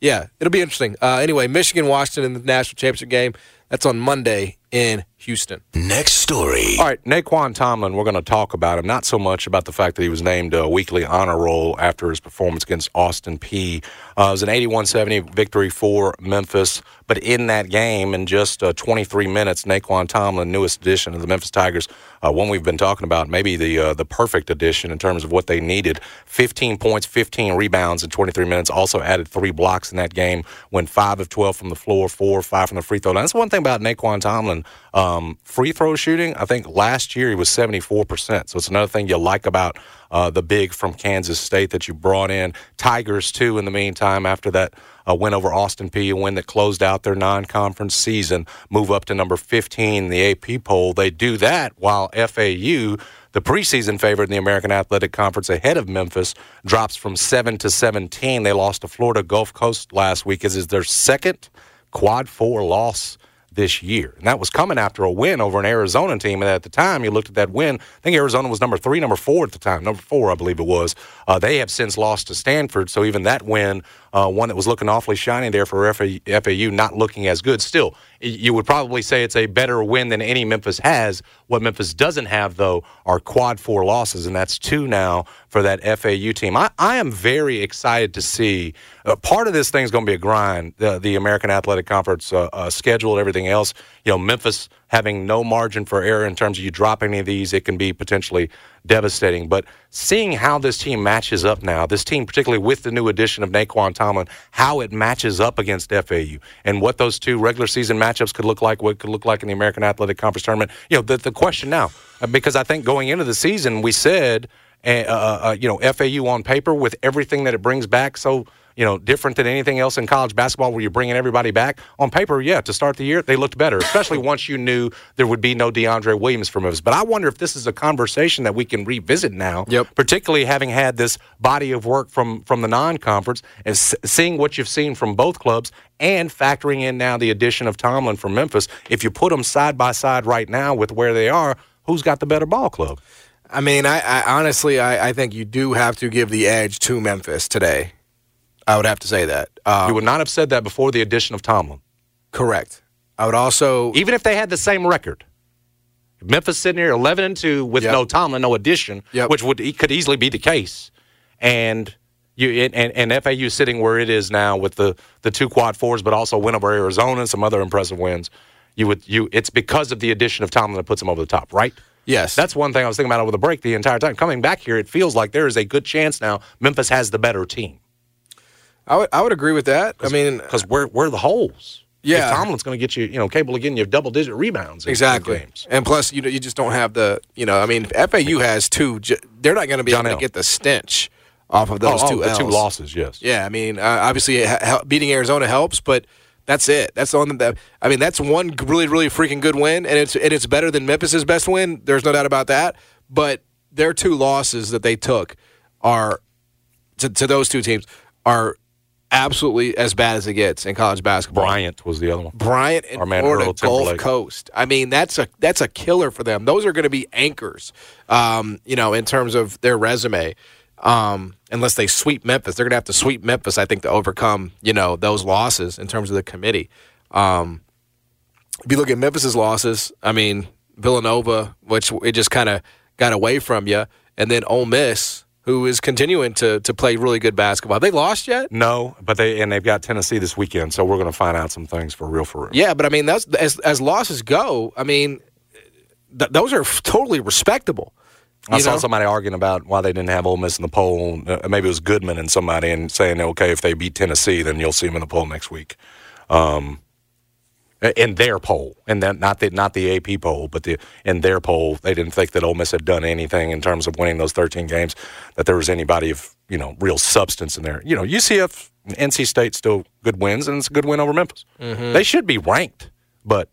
Speaker 2: yeah, it'll be interesting. Uh, anyway, Michigan Washington in the national championship game. That's on Monday in Houston.
Speaker 4: Next story.
Speaker 5: All right, Naquan Tomlin, we're going to talk about him. Not so much about the fact that he was named a weekly honor roll after his performance against Austin P. Uh, it was an 81 70 victory for Memphis. But in that game, in just uh, 23 minutes, Naquan Tomlin, newest addition of the Memphis Tigers, uh, one we've been talking about, maybe the, uh, the perfect addition in terms of what they needed 15 points, 15 rebounds in 23 minutes. Also added three blocks in that game, went 5 of 12 from the floor, 4 or 5 from the free throw line. That's one thing about Naquan Tomlin. Um, free throw shooting, I think last year he was 74%. So it's another thing you like about uh, the big from Kansas State that you brought in. Tigers, too, in the meantime, after that uh, win over Austin P, a win that closed out their non conference season, move up to number 15 in the AP poll. They do that while FAU. The preseason favorite in the American Athletic Conference ahead of Memphis drops from 7 to 17. They lost to Florida Gulf Coast last week. This is their second quad four loss this year. And that was coming after a win over an Arizona team. And at the time, you looked at that win. I think Arizona was number three, number four at the time, number four, I believe it was. Uh, they have since lost to Stanford. So even that win, uh, one that was looking awfully shiny there for FAU, FAU, not looking as good. Still, y- you would probably say it's a better win than any Memphis has. What Memphis doesn't have, though, are quad four losses. And that's two now for that FAU team. I, I am very excited to see. Uh, part of this thing's going to be a grind. The, the American Athletic Conference uh, uh, schedule, and everything else. You know, Memphis having no margin for error in terms of you drop any of these, it can be potentially devastating. But seeing how this team matches up now, this team, particularly with the new addition of Naquan Tomlin, how it matches up against FAU and what those two regular season matchups could look like, what it could look like in the American Athletic Conference tournament. You know, the, the question now, uh, because I think going into the season, we said and, uh, uh, you know FAU on paper with everything that it brings back. So you know different than anything else in college basketball where you're bringing everybody back on paper. Yeah, to start the year they looked better, especially once you knew there would be no DeAndre Williams for moves. But I wonder if this is a conversation that we can revisit now.
Speaker 2: Yep.
Speaker 5: Particularly having had this body of work from from the non-conference and s- seeing what you've seen from both clubs and factoring in now the addition of Tomlin from Memphis. If you put them side by side right now with where they are. Who's got the better ball club?
Speaker 2: I mean, I, I honestly, I, I think you do have to give the edge to Memphis today. I would have to say that. Um,
Speaker 5: You would not have said that before the addition of Tomlin.
Speaker 2: Correct. I would also
Speaker 5: even if they had the same record. Memphis sitting here eleven and two with
Speaker 2: Yep.
Speaker 5: no Tomlin, no addition,
Speaker 2: Yep.
Speaker 5: which would e, could easily be the case, and you and, and FAU sitting where it is now with the the two quad fours, but also win over Arizona and some other impressive wins. You would you it's because of the addition of Tomlin that puts them over the top, right?
Speaker 2: yes.
Speaker 5: That's one thing I was thinking about over the break the entire time. Coming back here, it feels like there is a good chance now Memphis has the better team
Speaker 2: I would I would agree with that. I mean,
Speaker 5: because where where are the holes?
Speaker 2: Yeah.
Speaker 5: if Tomlin's going to get you, you know, capable of getting you double digit rebounds. in- in
Speaker 2: Exactly.
Speaker 5: games.
Speaker 2: And plus, you know, you just don't have the, you know, I mean, FAU has two. ju- They're not going to be
Speaker 5: John
Speaker 2: able
Speaker 5: L.
Speaker 2: to get the stench off of those
Speaker 5: Oh, oh,
Speaker 2: two.
Speaker 5: the two
Speaker 2: Ls.
Speaker 5: losses, yes.
Speaker 2: Yeah, I mean, uh, obviously, ha- hel- beating Arizona helps, but that's it. That's the one that I mean, that's one g- really, really freaking good win, and it's and it's better than Memphis's best win. There's no doubt about that. But their two losses that they took are to, to those two teams are absolutely as bad as it gets in college basketball.
Speaker 5: Bryant was the other one.
Speaker 2: Bryant and
Speaker 5: Our man
Speaker 2: Florida
Speaker 5: Earl
Speaker 2: Gulf
Speaker 5: Timberlake.
Speaker 2: Coast. I mean, that's a that's a killer for them. Those are going to be anchors, um, you know, in terms of their resume. Um, unless they sweep Memphis, they're going to have to sweep Memphis. I think to overcome you know those losses in terms of the committee. Um, if you look at Memphis's losses, I mean Villanova, which it just kind of got away from you, and then Ole Miss, who is continuing to to play really good basketball. Have they lost yet?
Speaker 5: No, but they and they've got Tennessee this weekend, so we're going to find out some things for real for real.
Speaker 2: Yeah, but I mean, that's as as losses go. I mean, th- those are f- totally respectable.
Speaker 5: I
Speaker 2: you
Speaker 5: saw
Speaker 2: know?
Speaker 5: somebody arguing about why they didn't have Ole Miss in the poll. Uh, maybe it was Goodman and somebody, and saying, "Okay, if they beat Tennessee, then you'll see them in the poll next week." Um, in their poll, and then not the not the AP poll, but the in their poll, they didn't think that Ole Miss had done anything in terms of winning those 13 games. That there was anybody of you know real substance in there. You know, UCF, and NC State still good wins, and it's a good win over Memphis. They should be ranked, but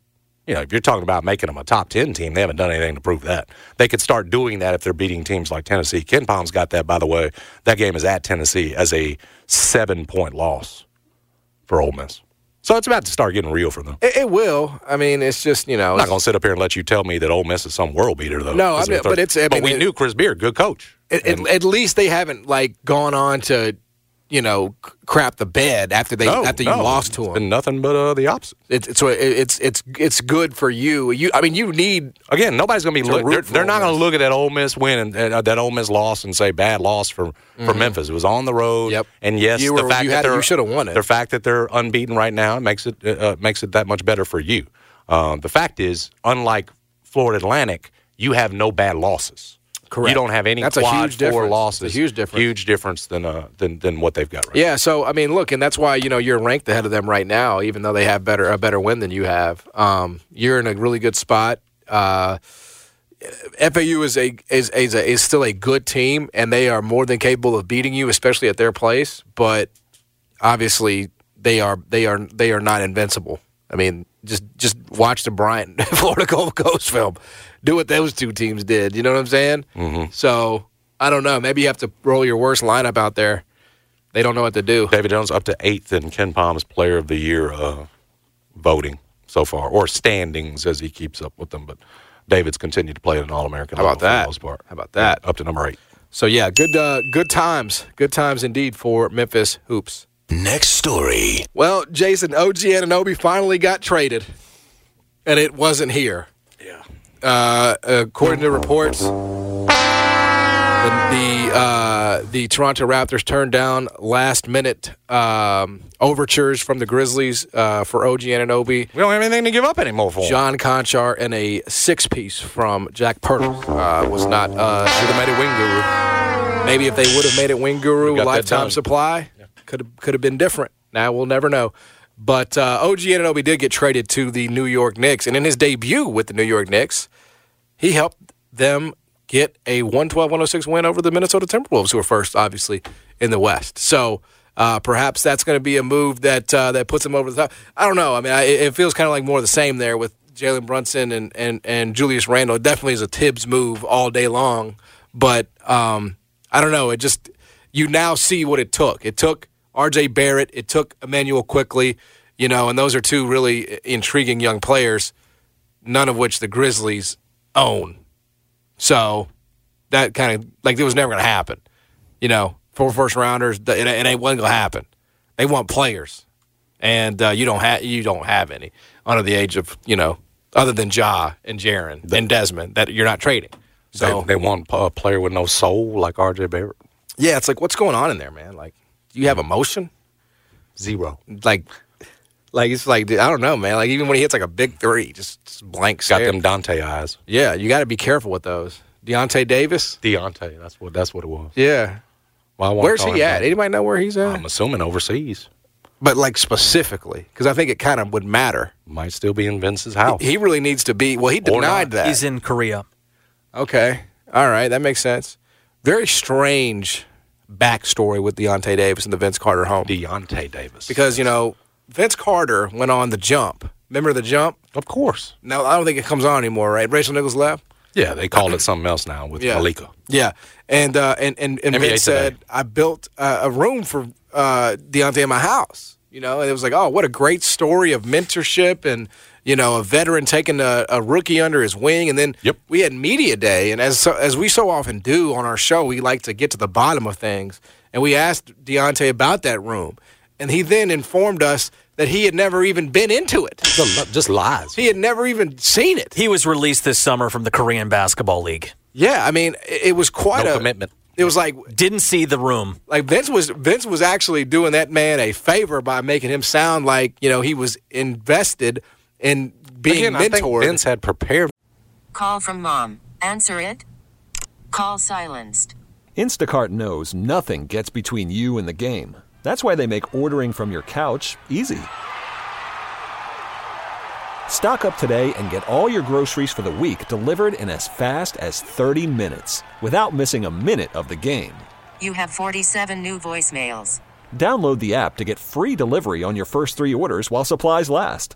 Speaker 5: you know, if you're talking about making them a top 10 team, they haven't done anything to prove that. They could start doing that if they're beating teams like Tennessee. Ken Palm's got that, by the way. That game is at Tennessee as a seven point loss for Ole Miss. So it's about to start getting real for them.
Speaker 2: it, it will. I mean, it's just you know,
Speaker 5: I'm not going to sit up here and let you tell me that Ole Miss is some world beater, though.
Speaker 2: No, I
Speaker 5: As a
Speaker 2: mean,
Speaker 5: third-
Speaker 2: but it's- I
Speaker 5: but
Speaker 2: mean,
Speaker 5: we
Speaker 2: it-
Speaker 5: knew Chris Beard, good coach.
Speaker 2: at- at- at least they haven't like gone on to, you know, c- crap the bed after they after you lost to
Speaker 5: it's
Speaker 2: them.
Speaker 5: been nothing but uh, the opposite.
Speaker 2: It's it's what- it- it's it's it's good for you. You, I mean, you need
Speaker 5: Again, nobody's going to be.
Speaker 2: To
Speaker 5: Look,
Speaker 2: root
Speaker 5: they're,
Speaker 2: for
Speaker 5: they're
Speaker 2: Ole
Speaker 5: not going
Speaker 2: Miss.
Speaker 5: to look at that Ole Miss win and uh, that Ole Miss loss and say bad loss for, for Memphis. It was on the road.
Speaker 2: Mm-hmm. Yep.
Speaker 5: And yes,
Speaker 2: You
Speaker 5: the
Speaker 2: were-
Speaker 5: fact
Speaker 2: you
Speaker 5: that
Speaker 2: had to-
Speaker 5: they're
Speaker 2: you should have won it.
Speaker 5: The fact that they're unbeaten right now makes it uh, uh, makes it that much better for you. Uh, the fact is, unlike Florida Atlantic, you have no bad losses.
Speaker 2: Correct.
Speaker 5: You don't have any
Speaker 2: That's a
Speaker 5: quad
Speaker 2: huge
Speaker 5: four
Speaker 2: difference.
Speaker 5: losses.
Speaker 2: It's a huge difference.
Speaker 5: Huge difference than uh, than than what they've got right.
Speaker 2: Yeah, so I mean, look, and that's why you know you're ranked ahead of them right now, even though they have better a better win than you have. Um, you're in a really good spot. Uh, FAU is a is is, a, is still a good team, and they are more than capable of beating you, especially at their place. But obviously, they are they are they are not invincible. I mean, just just watch the Bryant Florida Gulf Coast film. Do what those two teams did. You know what I'm saying? Mm-hmm. So I don't know. Maybe you have to roll your worst lineup out there. They don't know what to do.
Speaker 5: David Jones up to eighth in Ken Palm's Player of the Year uh, voting so far, or standings as he keeps up with them. But David's continued to play at an All American.
Speaker 2: How about
Speaker 5: For
Speaker 2: that?
Speaker 5: the most part.
Speaker 2: How about that?
Speaker 5: Up to number eight.
Speaker 2: So yeah, good uh, good times, good times indeed for Memphis hoops.
Speaker 4: Next story.
Speaker 2: Well, Jason OG Ananobi finally got traded, and it wasn't here. Yeah. Uh, according to reports, the the, uh, the Toronto Raptors turned down last minute um, overtures from the Grizzlies uh, for OG Ananobi.
Speaker 5: We don't have anything to give up anymore for him.
Speaker 2: John Conchar and a six piece from Jack Purtle uh, was not. Uh, should have made it Wing Guru. Maybe if they would have made it Wing Guru,
Speaker 5: We got that
Speaker 2: lifetime
Speaker 5: done.
Speaker 2: supply could have could have been different. Now we'll never know. But uh, OG Ananobi did get traded to the New York Knicks, and in his debut with the New York Knicks, he helped them get a 112-106 win over the Minnesota Timberwolves, who are first, obviously, in the West. So uh, perhaps that's going to be a move that uh, that puts them over the top. I don't know. I mean, I, it it feels kind of like more of the same there with Jalen Brunson and, and, and Julius Randle. It definitely is a Tibbs move all day long, but um, I don't know. It just you now see what it took. It took R.J. Barrett. It took Emmanuel quickly. You know, and those are two really uh, intriguing young players none of which the Grizzlies own. So that kind of like it was never going to happen. You know, four first rounders, th- it, it ain't wasn't going to happen. They want players.
Speaker 5: and uh, you don't have you don't have any under the age of you know other than Ja and Jaron and Desmond that you're not trading. So they, want a player with no soul like RJ Barrett.
Speaker 2: Yeah, it's like what's going on in there, man? Like, do you have emotion?
Speaker 5: Mm. Zero.
Speaker 2: Like, like it's like dude, I don't know, man. Like even when he hits like a big three, just, just blank.
Speaker 5: Got
Speaker 2: stare.
Speaker 5: them Dante eyes.
Speaker 2: Yeah, you got to be careful with those. Deontay Davis.
Speaker 5: Deontay. That's what that's what it was.
Speaker 2: Yeah.
Speaker 5: Why I wanna
Speaker 2: Where's
Speaker 5: call
Speaker 2: he
Speaker 5: him
Speaker 2: at?
Speaker 5: that.
Speaker 2: Anybody know where he's at?
Speaker 5: I'm assuming overseas.
Speaker 2: but like specifically, because I think it kind of would matter.
Speaker 5: Might still be in Vince's house.
Speaker 2: He really needs to be. Well, he
Speaker 5: Or
Speaker 2: denied
Speaker 5: not.
Speaker 2: that.
Speaker 6: He's in Korea.
Speaker 2: Okay. All right. That makes sense. Very strange backstory with Deontay Davis and the Vince Carter home.
Speaker 5: Deontay Davis.
Speaker 2: Because, you know, Vince Carter went on the jump. Remember the jump?
Speaker 5: of course.
Speaker 2: No, I don't think it comes on anymore, right? Rachel Nichols left?
Speaker 5: Yeah, they called it something else now with
Speaker 2: Yeah.
Speaker 5: Malika.
Speaker 2: Yeah. And uh, and, and, and
Speaker 5: NBA
Speaker 2: Vince said,
Speaker 5: Today.
Speaker 2: I built uh, a room for uh, Deontay in my house. You know, and it was like, oh, what a great story of mentorship and, you know, a veteran taking a, a rookie under his wing. And then
Speaker 5: Yep.
Speaker 2: we had media day. And as, so, as we so often do on our show, we like to get to the bottom of things. And we asked Deontay about that room. And he then informed us that he had never even been into it.
Speaker 5: Just li- Just lies.
Speaker 2: He had never even seen it.
Speaker 6: He was released this summer from the Korean Basketball League.
Speaker 2: Yeah, I mean, it, it was quite
Speaker 5: No
Speaker 2: a
Speaker 5: commitment.
Speaker 2: It was like
Speaker 6: Didn't see the room.
Speaker 2: like Vince was Vince was actually doing that man a favor by making him sound like you know he was invested in being
Speaker 5: Again, I think
Speaker 2: mentored.
Speaker 5: Vince had prepared
Speaker 7: Call from mom. Answer it. Call silenced.
Speaker 8: Instacart knows nothing gets between you and the game. That's why they make ordering from your couch easy. Stock up today and get all your groceries for the week delivered in as fast as 30 minutes without missing a minute of the game.
Speaker 7: You have 47 new voicemails.
Speaker 8: Download the app to get free delivery on your first three orders while supplies last.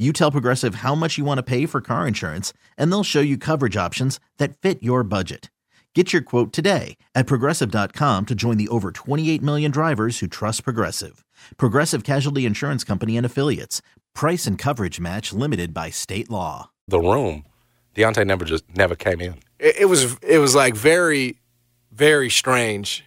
Speaker 1: You tell Progressive how much you want to pay for car insurance, and they'll show you coverage options that fit your budget. Get your quote today at progressive.com to join the over 28 million drivers who trust Progressive. Progressive Casualty Insurance Company and Affiliates. Price and coverage match limited by state law.
Speaker 5: the room. Deontay never just never came in.
Speaker 2: it, it was it was like very very strange.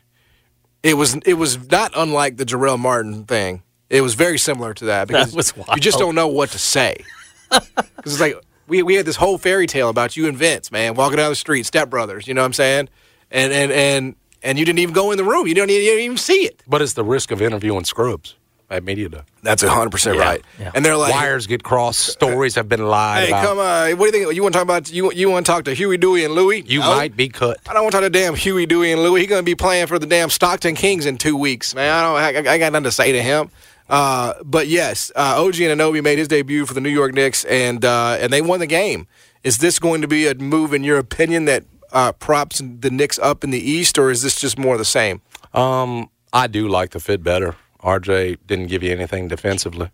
Speaker 2: It was it was not unlike the Jarrell Martin thing. It was very similar to that because
Speaker 6: was
Speaker 2: you just
Speaker 6: wild.
Speaker 2: don't know what to say. Because it's like we, we had this whole fairy tale about you and Vince, man, walking down the street, stepbrothers. You know what I'm saying? And and and and you didn't even go in the room. You don't you didn't even see it.
Speaker 5: But it's the risk of interviewing scrubs at media day.
Speaker 2: That's 100% right. And they're like, uh,
Speaker 5: Wires get crossed. Stories have been lied
Speaker 2: hey,
Speaker 5: about.
Speaker 2: come on. What do you think? You want to talk about, you, you want to talk to Huey, Dewey, and Louie?
Speaker 5: You
Speaker 2: No.
Speaker 5: might be cut.
Speaker 2: I don't want to talk to damn Huey, Dewey, and Louie. He's going to be playing for the damn Stockton Kings in two weeks, man. I don't. I, I got nothing to say to him. Uh, but yes, uh, OG and Anobi made his debut for the New York Knicks, and uh, and they won the game. Is this going to be a move, in your opinion, that uh, props the Knicks up in the East, or is this just more of the same?
Speaker 5: Um, I do like the fit better. RJ didn't give you anything defensively.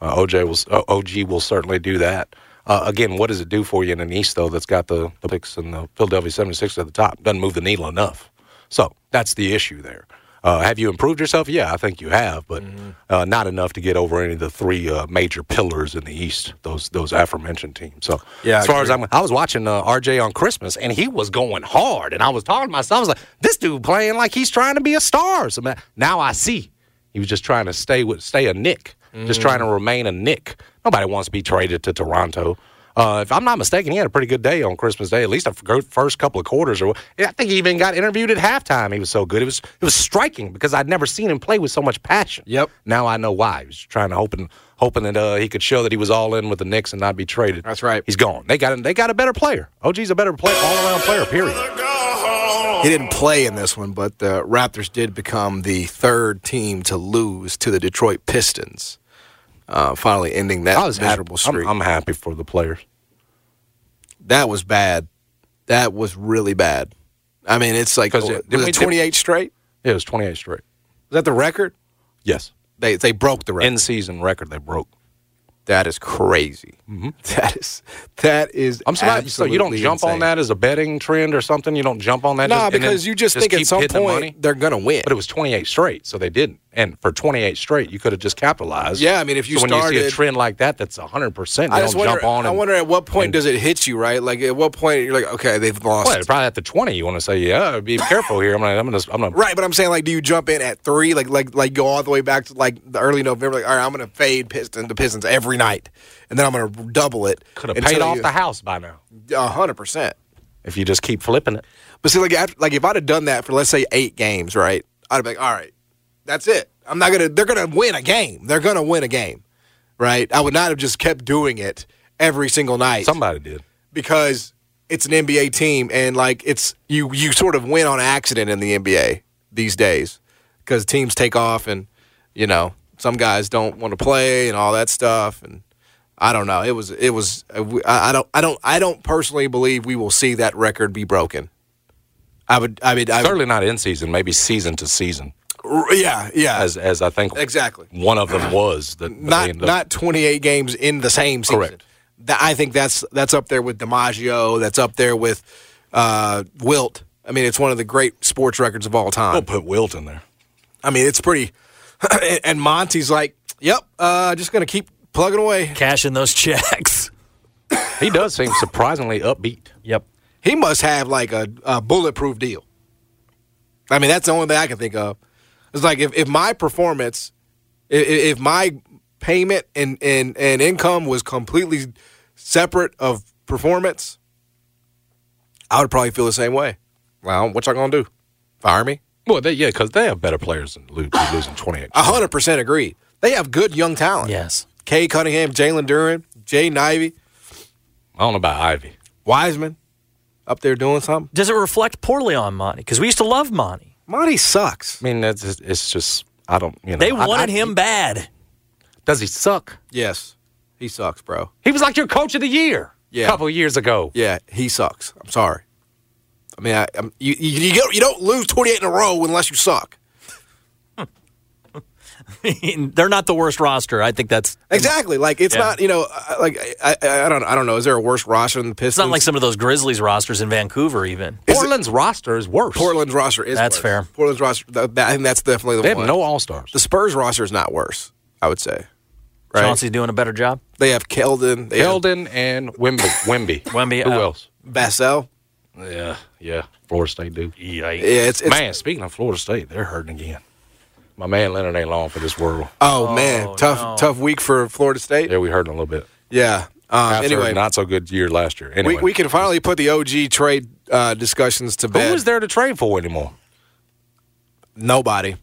Speaker 5: Uh, OJ was uh, OG will certainly do that. Uh, again, what does it do for you in an East though? That's got the the picks and the Philadelphia 76 at the top. Doesn't move the needle enough. So that's the issue there. Uh, have you improved yourself? Yeah, I think you have, but
Speaker 2: Mm-hmm.
Speaker 5: uh, not enough to get over any of the three uh, major pillars in the East. Those those aforementioned teams. So
Speaker 2: Yeah, I
Speaker 5: as far as
Speaker 2: agree.
Speaker 5: I'm I was watching uh, RJ on Christmas, and he was going hard. And I was talking to myself, I was like, this dude playing like he's trying to be a star. So man, now I see. He was just trying to stay with stay a Nick, just trying
Speaker 2: Mm.
Speaker 5: to remain a Nick. Nobody wants to be traded to Toronto. Uh, if I'm not mistaken, he had a pretty good day on Christmas Day. At least the fir- first couple of quarters, or I think he even got interviewed at halftime. He was so good. It was it was striking because I'd never seen him play with so much passion.
Speaker 2: Yep.
Speaker 5: Now I know why. He was trying to hoping hoping that uh, he could show that he was all in with the Knicks and not be traded.
Speaker 2: That's right.
Speaker 5: He's gone. They got him. They got a better player. OG's a better player, all around player. Period.
Speaker 2: He didn't play in this one, but the Raptors did become the third team to lose to the Detroit Pistons, uh, finally ending that
Speaker 5: I was
Speaker 2: miserable
Speaker 5: happy. I'm-
Speaker 2: streak.
Speaker 5: I'm, happy for the players.
Speaker 2: that was bad. That was really bad. I mean, it's like
Speaker 5: 'Cause
Speaker 2: was
Speaker 5: it-
Speaker 2: it,
Speaker 5: didn't we-
Speaker 2: 28 straight.
Speaker 5: It was 28 straight.
Speaker 2: Is that the record?
Speaker 5: Yes.
Speaker 2: They they broke the record.
Speaker 5: In season record they broke.
Speaker 2: that is crazy. Mm-hmm. That is that is.
Speaker 5: I'm surprised. So you don't
Speaker 2: absolutely
Speaker 5: jump on
Speaker 2: insane.
Speaker 5: that as a betting trend or something. You don't jump on that.
Speaker 2: No,
Speaker 5: just- and then
Speaker 2: because you just, think
Speaker 5: keep
Speaker 2: at some
Speaker 5: hitting the money?
Speaker 2: point they're gonna win.
Speaker 5: But it was 28 straight, so they didn't. And for 28 straight, you could have just capitalized.
Speaker 2: Yeah, I mean, if you
Speaker 5: so when you see a
Speaker 2: started-
Speaker 5: trend like that, that's 100. percent You
Speaker 2: I
Speaker 5: don't
Speaker 2: just wonder.
Speaker 5: jump on.
Speaker 2: I
Speaker 5: and,
Speaker 2: wonder at what point
Speaker 5: and-
Speaker 2: does it hit you, right? Like at what point you're like, okay, they've lost.
Speaker 5: Well, probably at the 20, you want to say, yeah, be careful here. I'm gonna, I'm gonna, I'm gonna.
Speaker 2: Right, but I'm saying like, do you jump in at three, like like like go all the way back to like the early November? Like, all right, I'm gonna fade Piston the Pistons every night, and then I'm gonna double it.
Speaker 5: Could have paid off the house by now
Speaker 2: the hundred percent.
Speaker 5: if you just keep flipping it.
Speaker 2: But see, like after, like if I'd have done that for let's say eight games, right? I'd have been like, all right, that's it. I'm not gonna. They're gonna win a game. They're gonna win a game, right? I would not have just kept doing it every single night.
Speaker 5: Somebody did.
Speaker 2: because it's an NBA team and like it's you you sort of win on accident in the NBA these days because teams take off and you know some guys don't want to play and all that stuff and I don't know it was it was uh, I, I don't I don't I don't personally believe we will see that record be broken. I would I mean I
Speaker 5: Certainly not in season. Maybe season to season,
Speaker 2: r- yeah yeah
Speaker 5: as as I think
Speaker 2: Exactly.
Speaker 5: one of them was that that they
Speaker 2: not
Speaker 5: ended up-
Speaker 2: not 28 games in the same season.
Speaker 5: Correct.
Speaker 2: That, I think that's that's up there with DiMaggio. That's up there with uh, Wilt. I mean, it's one of the great sports records of all time.
Speaker 5: We'll put Wilt in there.
Speaker 2: I mean, it's pretty. and Monty's like, "Yep, uh, just gonna keep plugging away."
Speaker 6: Cashing those checks.
Speaker 5: He does seem surprisingly upbeat.
Speaker 6: Yep.
Speaker 2: He must have like a, a bulletproof deal. I mean, that's the only thing I can think of. It's like if, if my performance, i- i- if my payment and, and, and income was completely separate of performance, I would probably feel the same way. Well, what y'all gonna do? Fire me?
Speaker 5: Well, they, yeah, because they have better players than lo- losing 28.
Speaker 2: A hundred percent agree. They have good young talent.
Speaker 6: Yes.
Speaker 2: Kay Cunningham, Jalen Duran, Jay Nivey,
Speaker 5: I don't know about Ivy.
Speaker 2: Wiseman, up there doing something.
Speaker 6: Does it reflect poorly on Monty? Because we used to love Monty.
Speaker 2: Monty sucks.
Speaker 5: I mean, that's just, it's just I don't. You know,
Speaker 6: They
Speaker 5: I-
Speaker 6: wanted
Speaker 5: I-
Speaker 6: him bad.
Speaker 5: Does he suck?
Speaker 2: Yes, he sucks, bro.
Speaker 5: He was like your coach of the year
Speaker 2: Yeah.
Speaker 5: a couple years ago.
Speaker 2: Yeah, he sucks. I'm sorry. I mean, I, I'm, you you you don't, you don't lose 28 in a row unless you suck.
Speaker 6: They're not the worst roster. I think that's
Speaker 2: Exactly. Like it's
Speaker 6: Yeah.
Speaker 2: not you know uh, like I, I I don't I don't know. Is there a worse roster than the Pistons?
Speaker 6: it's not like some of those Grizzlies rosters in Vancouver even.
Speaker 5: Portland's roster is worse.
Speaker 2: Portland's roster is.
Speaker 6: That's
Speaker 2: worse.
Speaker 6: fair.
Speaker 2: Portland's roster. That, that, I think that's definitely the
Speaker 5: They have
Speaker 2: one.
Speaker 5: no all stars.
Speaker 2: the Spurs roster is not worse. I would say. Right.
Speaker 6: Chauncey's doing a better job.
Speaker 2: They have Keldon. They
Speaker 5: Keldon and Wimby. Wimby.
Speaker 6: Wemby,
Speaker 5: Who
Speaker 6: uh,
Speaker 5: else?
Speaker 2: have Bassell.
Speaker 5: Yeah, yeah. Florida State do.
Speaker 2: Yeah, it's, it's
Speaker 5: man, speaking of Florida State, they're hurting again. My man Leonard ain't long for this world.
Speaker 2: Oh, man, tough tough week for Florida State.
Speaker 5: Yeah, we hurting a little bit.
Speaker 2: Yeah. Um,
Speaker 5: After
Speaker 2: anyway,
Speaker 5: a not so good year last year. Anyway,
Speaker 2: we we can finally put the OG trade uh, discussions to
Speaker 5: who
Speaker 2: bed.
Speaker 5: is there to trade for anymore?
Speaker 2: Nobody.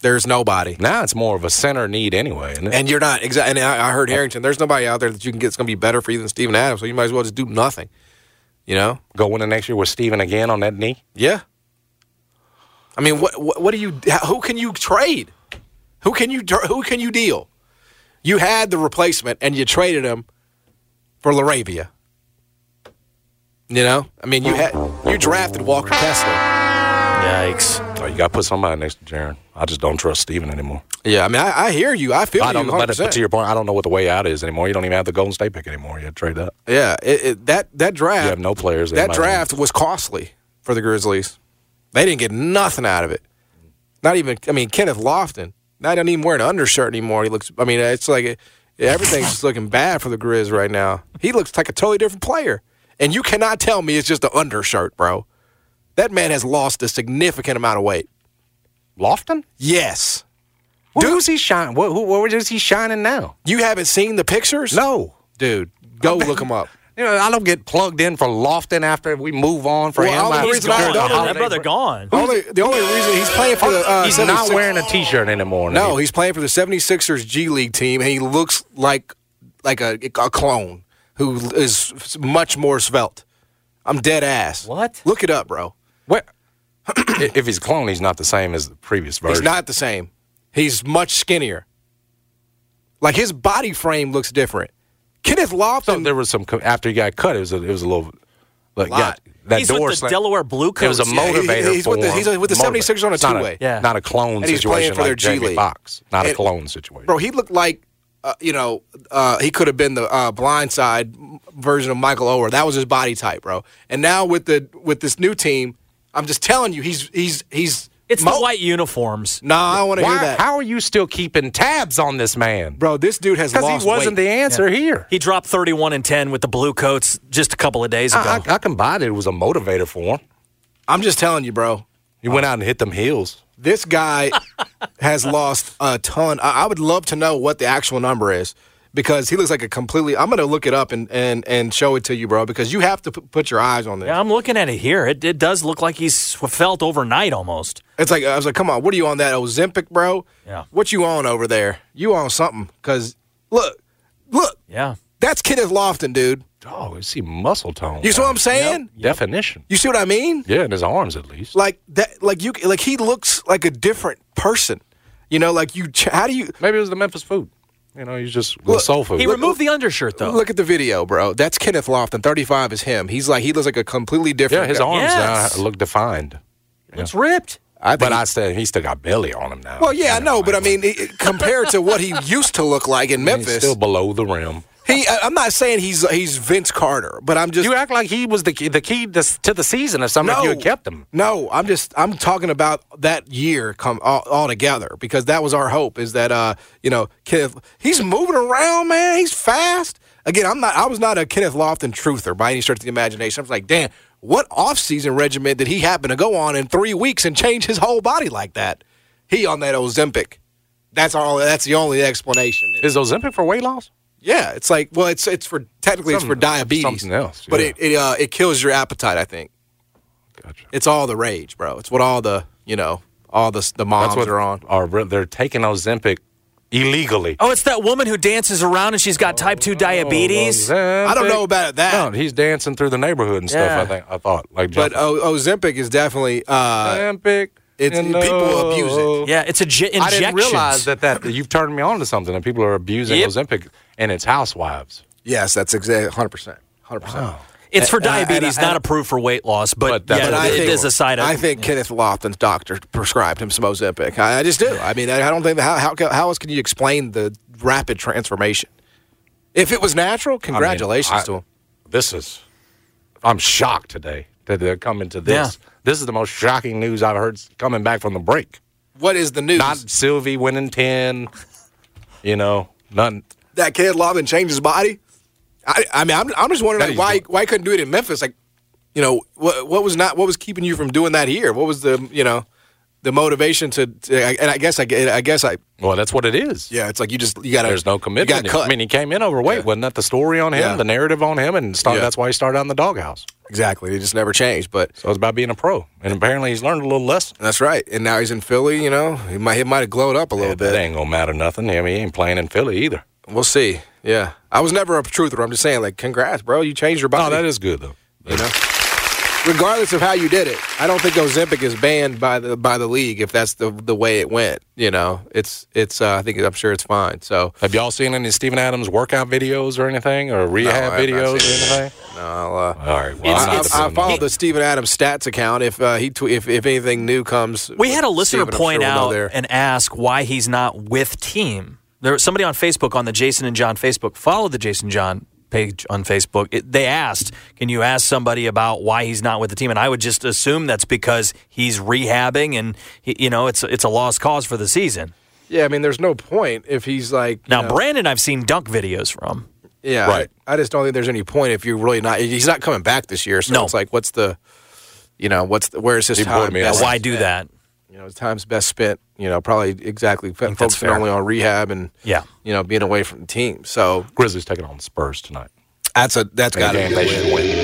Speaker 2: There's nobody.
Speaker 5: Now it's more of a center need anyway. Isn't it?
Speaker 2: And you're not exactly. And I, I heard Harrington. There's nobody out there that you can get that's going to be better for you than Steven Adams. So you might as well just do nothing. You know?
Speaker 5: Go in the next year with Steven again on that knee.
Speaker 2: Yeah. I mean, what what, what do you? Who can you trade? Who can you tr- who can you deal? You had the replacement and you traded him for Laravia. You know, I mean, you had you drafted Walker Kessler.
Speaker 6: Yikes.
Speaker 5: Oh, you got to put somebody next to Jaron. I just don't trust Steven anymore.
Speaker 2: Yeah, I mean, I, I hear you. I feel
Speaker 5: I don't.
Speaker 2: you.
Speaker 5: But, but
Speaker 2: 100%.
Speaker 5: to your point, I don't know what the way out is anymore. You don't even have the Golden State pick anymore. You had to trade up.
Speaker 2: yeah, it, it, that that draft.
Speaker 5: You have no players.
Speaker 2: that
Speaker 5: might-
Speaker 2: draft was costly for the Grizzlies. They didn't get nothing out of it. Not even, I mean, Kenneth Lofton. Now he doesn't even wear an undershirt anymore. He looks, I mean, it's like it, everything's just looking bad for the Grizz right now. He looks like a totally different player. And you cannot tell me it's just an undershirt, bro. That man has lost a significant amount of weight.
Speaker 5: Lofton.
Speaker 2: Yes.
Speaker 5: Dude, who's he shining? What, who, where is he shining now?
Speaker 2: You haven't seen the pictures?
Speaker 5: No.
Speaker 2: Dude, go look them up.
Speaker 5: You know, I don't get plugged in for Lofton after we move on for
Speaker 2: Well,
Speaker 5: him.
Speaker 2: all the
Speaker 5: after-
Speaker 2: reason I
Speaker 6: Gone.
Speaker 2: don't know
Speaker 6: That
Speaker 2: they-
Speaker 6: brother gone.
Speaker 2: Only, the only reason he's playing for the. Uh,
Speaker 5: he's not
Speaker 2: 76ers
Speaker 5: wearing a T-shirt anymore.
Speaker 2: No, he's playing for the 76ers G League team, and he looks like like a, a clone who is much more svelte. I'm dead ass.
Speaker 6: What?
Speaker 2: Look it up, bro.
Speaker 5: Where, I- if he's a clone, he's not the same as the previous version.
Speaker 2: He's not the same. He's much skinnier. Like his body frame looks different. Kenneth
Speaker 5: So
Speaker 2: Lofton.
Speaker 5: there was some co- after he got cut. It was a, it was a little like
Speaker 2: Lot.
Speaker 5: got that
Speaker 6: He's with
Speaker 5: door
Speaker 6: the
Speaker 5: slam-
Speaker 6: Delaware Blue
Speaker 5: It was a
Speaker 6: Coats. Yeah,
Speaker 2: he-
Speaker 5: motivator.
Speaker 2: he's with the-
Speaker 5: for him.
Speaker 2: he's with the
Speaker 5: Motivator.
Speaker 2: 76ers on a
Speaker 5: It's not
Speaker 2: two-way.
Speaker 6: Yeah.
Speaker 5: not a clone
Speaker 2: And he's playing
Speaker 5: situation
Speaker 2: for
Speaker 5: like
Speaker 2: their G
Speaker 5: Jamie
Speaker 2: League.
Speaker 5: Fox. Not a
Speaker 2: And-
Speaker 5: clone situation.
Speaker 2: bro, he looked like, uh, you know, uh, he could have been the uh, blind side version of Michael Ower. That was his body type, bro. And now with the with this new team, I'm just telling you, he's he's he's.
Speaker 6: It's
Speaker 2: mo-
Speaker 6: the white uniforms.
Speaker 2: No, I don't want to hear
Speaker 5: Why,
Speaker 2: that,
Speaker 5: how are you still keeping tabs on this man?
Speaker 2: bro. This dude has
Speaker 5: Because
Speaker 2: lost
Speaker 5: he wasn't
Speaker 2: weight.
Speaker 5: the answer here.
Speaker 6: He dropped 31 and 10 with the Blue Coats just a couple of days ago.
Speaker 5: I, I, I can buy that it was a motivator for him.
Speaker 2: I'm just telling you, bro.
Speaker 5: He went out and hit them heels.
Speaker 2: This guy has lost a ton. I, I would love to know what the actual number is because he looks like a completely. I'm gonna look it up and and and show it to you, bro, because you have to p- put your eyes on this.
Speaker 6: yeah, I'm looking at it here. It, it does look like he's felt overnight almost.
Speaker 2: It's like I was like, come on, what are you on that Ozempic, bro?
Speaker 6: Yeah.
Speaker 2: What you on over there? You on something? Cause look, look,
Speaker 6: Yeah.
Speaker 2: that's Kenneth Lofton, dude.
Speaker 5: Oh, see muscle tone.
Speaker 2: You see what I'm saying?
Speaker 5: Definition.
Speaker 2: You see what I mean?
Speaker 5: Yeah, in his arms at least.
Speaker 2: Like that, like you, like he looks like a different person. You know, like you. ch- How do you
Speaker 5: Maybe it was the Memphis food. You know, he's just
Speaker 2: Look,
Speaker 5: soul food.
Speaker 6: He removed the undershirt, though.
Speaker 2: look at the video, bro? That's Kenneth Lofton. Thirty-five is him. He's like he looks like a completely different.
Speaker 5: yeah, his
Speaker 2: guy.
Speaker 5: arms
Speaker 6: Yes.
Speaker 5: now look defined.
Speaker 6: It's ripped.
Speaker 2: I think
Speaker 5: but
Speaker 2: he-
Speaker 5: I said he still got belly on him now.
Speaker 2: Well, yeah, I
Speaker 5: You
Speaker 2: know, but I
Speaker 5: like,
Speaker 2: mean, it- compared to what he used to look like in
Speaker 5: he's
Speaker 2: Memphis,
Speaker 5: still below the rim.
Speaker 2: he. I- I'm not saying he's he's Vince Carter, but I'm just
Speaker 5: You act like he was the key, the key to, to the season or something. If you had kept him.
Speaker 2: No, I'm just I'm talking about that year come all, all together because that was our hope is that uh you know Kenneth he's moving around man he's fast again I'm not I was not a Kenneth Lofton truther by any stretch of the imagination I was like damn what offseason regimen did he happen to go on in three weeks and change his whole body like that he on that Ozempic that's all that's the only explanation
Speaker 5: Is Ozempic for weight loss?
Speaker 2: yeah it's like well it's it's for technically it's for
Speaker 5: Something-
Speaker 2: diabetes
Speaker 5: something else,
Speaker 2: but
Speaker 5: yeah.
Speaker 2: it it uh, it kills your appetite I think
Speaker 5: Gotcha.
Speaker 2: it's all the rage, bro. It's what all the you know all the the moms
Speaker 5: That's what
Speaker 2: are on.
Speaker 5: Are re- they're taking Ozempic illegally?
Speaker 6: Oh, it's that woman who dances around and she's got type 2 diabetes.
Speaker 2: I don't know about that,
Speaker 5: Oh, No, he's dancing through the neighborhood and stuff.
Speaker 6: Yeah.
Speaker 5: I think I thought like,
Speaker 2: but o- Ozempic is definitely uh,
Speaker 5: Ozempic.
Speaker 2: it's-
Speaker 5: and
Speaker 2: people abuse it.
Speaker 5: Ozempic.
Speaker 6: yeah, it's a j-
Speaker 5: I
Speaker 6: injection.
Speaker 5: didn't realize that, that that you've turned me on to something, and people are abusing
Speaker 6: Yep.
Speaker 5: Ozempic and its housewives.
Speaker 2: yes, that's exactly hundred percent, hundred percent.
Speaker 6: It's for
Speaker 2: And- and-
Speaker 6: diabetes,
Speaker 2: and-
Speaker 6: not approved for weight loss, but,
Speaker 5: But that-
Speaker 6: yeah,
Speaker 5: But
Speaker 2: I
Speaker 6: it
Speaker 2: think-
Speaker 6: is a side
Speaker 2: I
Speaker 6: effect.
Speaker 2: think Kenneth Lofton's doctor prescribed him some Ozempic. I, I just do. I mean, I, I don't think how, how ca- how else can you explain the rapid transformation? If it was natural, congratulations
Speaker 5: I-
Speaker 2: to him.
Speaker 5: This is, I'm shocked today that they're coming to this. This is the most shocking news I've heard s- coming back from the break.
Speaker 2: What is the news?
Speaker 5: Not Sylvie winning ten, you know, none.
Speaker 2: that Kenneth Lofton changed his body. I, I mean, I'm, I'm just
Speaker 5: That
Speaker 2: wondering like,
Speaker 5: he's
Speaker 2: why
Speaker 5: doing.
Speaker 2: why he couldn't do it in Memphis? Like, you know, what what was not what was keeping you from doing that here? What was the you know the motivation to? to and I guess I, I guess I
Speaker 5: Well, that's what it is.
Speaker 2: yeah, it's like you just you got
Speaker 5: There's no
Speaker 2: You
Speaker 5: commitment.
Speaker 2: got cut.
Speaker 5: I mean, he came in overweight. Wasn't that the story on him,
Speaker 2: Yeah.
Speaker 5: the narrative on him, and started,
Speaker 2: Yeah.
Speaker 5: that's why he started out in the doghouse.
Speaker 2: exactly. It just never changed. But
Speaker 5: So it's about being a pro, and apparently he's learned a little lesson.
Speaker 2: that's right. And now he's in Philly. You know, he might he might have glowed up a little
Speaker 5: Yeah, but
Speaker 2: bit.
Speaker 5: That ain't gonna matter nothing. I mean, he ain't playing in Philly either.
Speaker 2: We'll see. Yeah, I was never a truther. I'm just saying, like, congrats, bro. You changed your
Speaker 5: Oh,
Speaker 2: body.
Speaker 5: that is good though.
Speaker 2: you know. Regardless of how you did it, I don't think Ozempic is banned by the by the league if that's the the way it went. You know, it's it's. Uh, I think I'm sure it's fine. So
Speaker 5: Have y'all seen any Stephen Adams workout videos or anything, or rehab
Speaker 2: Oh, I have not
Speaker 5: videos or
Speaker 2: seen
Speaker 5: anything?
Speaker 2: no, I'll, uh,
Speaker 5: All right. Well,
Speaker 6: It's-
Speaker 5: I'm not
Speaker 6: it's-
Speaker 5: the
Speaker 2: I, I
Speaker 5: one.
Speaker 2: follow the Stephen Adams stats account. If uh, he tw- if if anything new comes,
Speaker 6: We had a
Speaker 2: with
Speaker 6: listener
Speaker 2: Stephen, I'm
Speaker 6: point
Speaker 2: sure we'll know
Speaker 6: out
Speaker 2: there.
Speaker 6: and ask why he's not with team. There was somebody on Facebook on the Jason and John Facebook follow the Jason John page on Facebook. It, they asked, "Can you ask somebody about why he's not with the team?" And I would just assume that's because he's rehabbing and he, you know it's it's a lost cause for the season.
Speaker 2: yeah, I mean, there's no point if he's like
Speaker 6: Now
Speaker 2: you know,
Speaker 6: Brandon, I've seen dunk videos from.
Speaker 2: Yeah,
Speaker 5: Right.
Speaker 2: I, I just don't think there's any point if you're really not. He's not coming back this year, so
Speaker 6: No.
Speaker 2: it's like, what's the, you know, what's the, where's his
Speaker 5: He bored
Speaker 2: time?
Speaker 5: me
Speaker 2: best
Speaker 5: out.
Speaker 6: Why do that?
Speaker 2: you know, his time's best spent, you know, probably exactly f-
Speaker 6: that's
Speaker 2: focusing
Speaker 6: fair.
Speaker 2: only on rehab and
Speaker 6: Yeah.
Speaker 2: you know, being away from the team. So
Speaker 5: Grizzlies taking on the Spurs tonight.
Speaker 2: that's a that's got
Speaker 5: Got
Speaker 2: to
Speaker 5: game
Speaker 2: be
Speaker 5: they should win.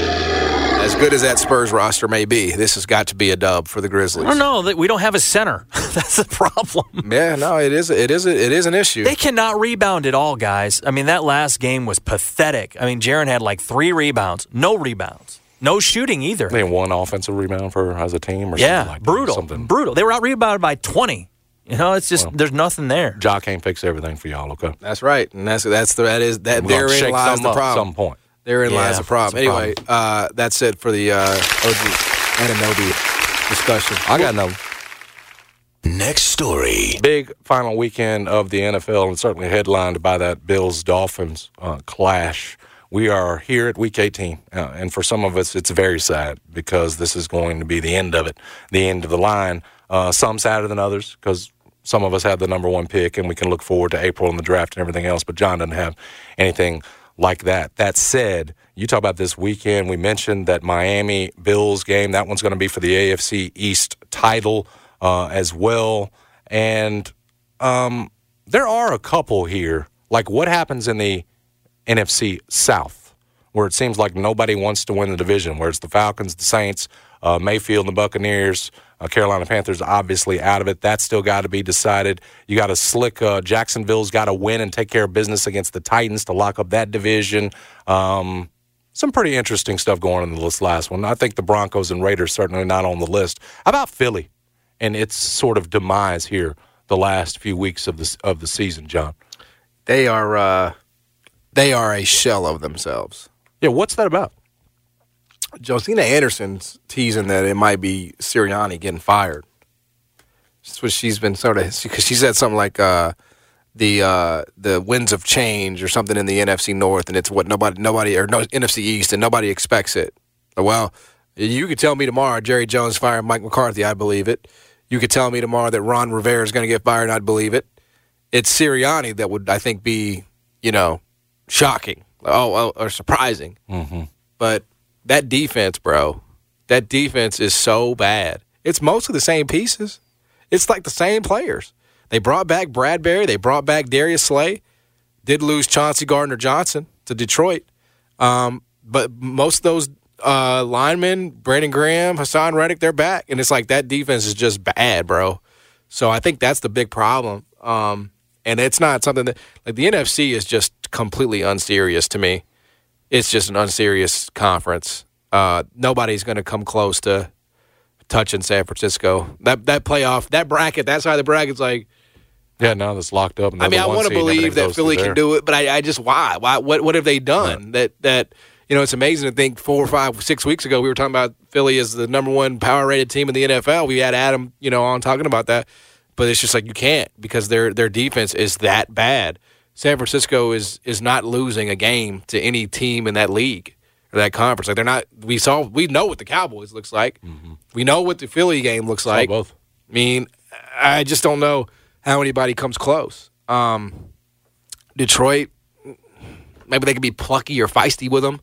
Speaker 2: as good as that Spurs roster may be. This has got to be a dub for the
Speaker 6: I
Speaker 2: Grizzlies.
Speaker 6: don't know. that We don't have a center. that's the problem.
Speaker 2: Yeah, no, it is it is it is an issue.
Speaker 6: They cannot rebound at all, guys. I mean, that last game was pathetic. I mean, Jaron had like three rebounds, no rebounds. No shooting either.
Speaker 5: They had one offensive rebound for as a team or
Speaker 6: yeah,
Speaker 5: something like
Speaker 6: brutal.
Speaker 5: that. Something.
Speaker 6: Brutal. They were out rebounded by 20. You know, it's just, there's nothing there.
Speaker 5: Ja can't fix everything for y'all, okay?
Speaker 2: That's right, and that's that's the that is that
Speaker 5: We're gonna
Speaker 2: therein
Speaker 5: shake
Speaker 2: lies
Speaker 5: some
Speaker 2: the
Speaker 5: up at
Speaker 2: problem.
Speaker 5: some point.
Speaker 2: Therein lies
Speaker 6: Yeah,
Speaker 2: the problem.
Speaker 6: it's a
Speaker 2: Anyway, Uh, that's it for the uh, OG Ananobi discussion.
Speaker 5: I got no
Speaker 4: Next story.
Speaker 5: big final weekend of the NFL, and certainly headlined by that Bills Dolphins uh, clash. We are here at Week 18, uh, and for some of us, it's very sad because this is going to be the end of it, the end of the line. Uh, some sadder than others because some of us have the number one pick, and we can look forward to April and the draft and everything else. But John doesn't have anything like that. That said, you talk about this weekend. We mentioned that Miami Bills game. That one's going to be for the AFC East title uh, as well and um, there are a couple here. Like what happens in the NFC South, where it seems like nobody wants to win the division, where it's the Falcons, the Saints, uh, Mayfield, and the Buccaneers, uh, Carolina Panthers, obviously out of it. That's still got to be decided. You got a slick uh, Jacksonville's got to win and take care of business against the Titans to lock up that division. Um, some pretty interesting stuff going on in this last one. I think the Broncos and Raiders certainly not on the list. How about Philly? and its sort of demise here the last few weeks of the of the season, John.
Speaker 2: They are uh, they are a shell of themselves.
Speaker 5: Yeah, what's that about?
Speaker 2: Josina Anderson's teasing that it might be Sirianni getting fired. That's what she's been sort of because she said something like uh, the uh, the winds of change or something in the NFC North, and it's what nobody nobody or no NFC East, and nobody expects it. Well, you could tell me tomorrow Jerry Jones fired Mike McCarthy, I believe it. You could tell me tomorrow that Ron Rivera is going to get fired, I'd believe it. It's Sirianni that would I think be you know shocking, oh, oh or surprising but that defense, bro, that defense is so bad. It's mostly the same pieces. It's like the same players. They brought back Bradbury. They brought back Darius Slay. Did lose Chauncey Gardner Johnson to Detroit, um, but most of those uh, linemen, Brandon Graham, Hassan Reddick, they're back, and it's like that defense is just bad, bro. So I think that's the big problem, um, and it's not something that like the NFC is just completely unserious to me it's just an unserious conference. Uh, nobody's going to come close to touching San Francisco. That that playoff, that bracket, that side of the bracket's like.
Speaker 5: Yeah, now that's locked up.
Speaker 2: I mean, I want to believe that Philly can do it, but I, I just why? Why? What? What have they done? That that you know, it's amazing to think four or five, six weeks ago we were talking about Philly as the number one power rated team in the NFL. We had Adam, you know, on talking about that, but it's just like you can't because their their defense is that bad. San Francisco is is not losing a game to any team in that league or that conference. Like they're not. We saw. We know what the Cowboys looks like. We know what the Philly game looks like.
Speaker 5: both.
Speaker 2: I mean, I just don't know how anybody comes close. Um, Detroit, maybe they could be plucky or feisty with them,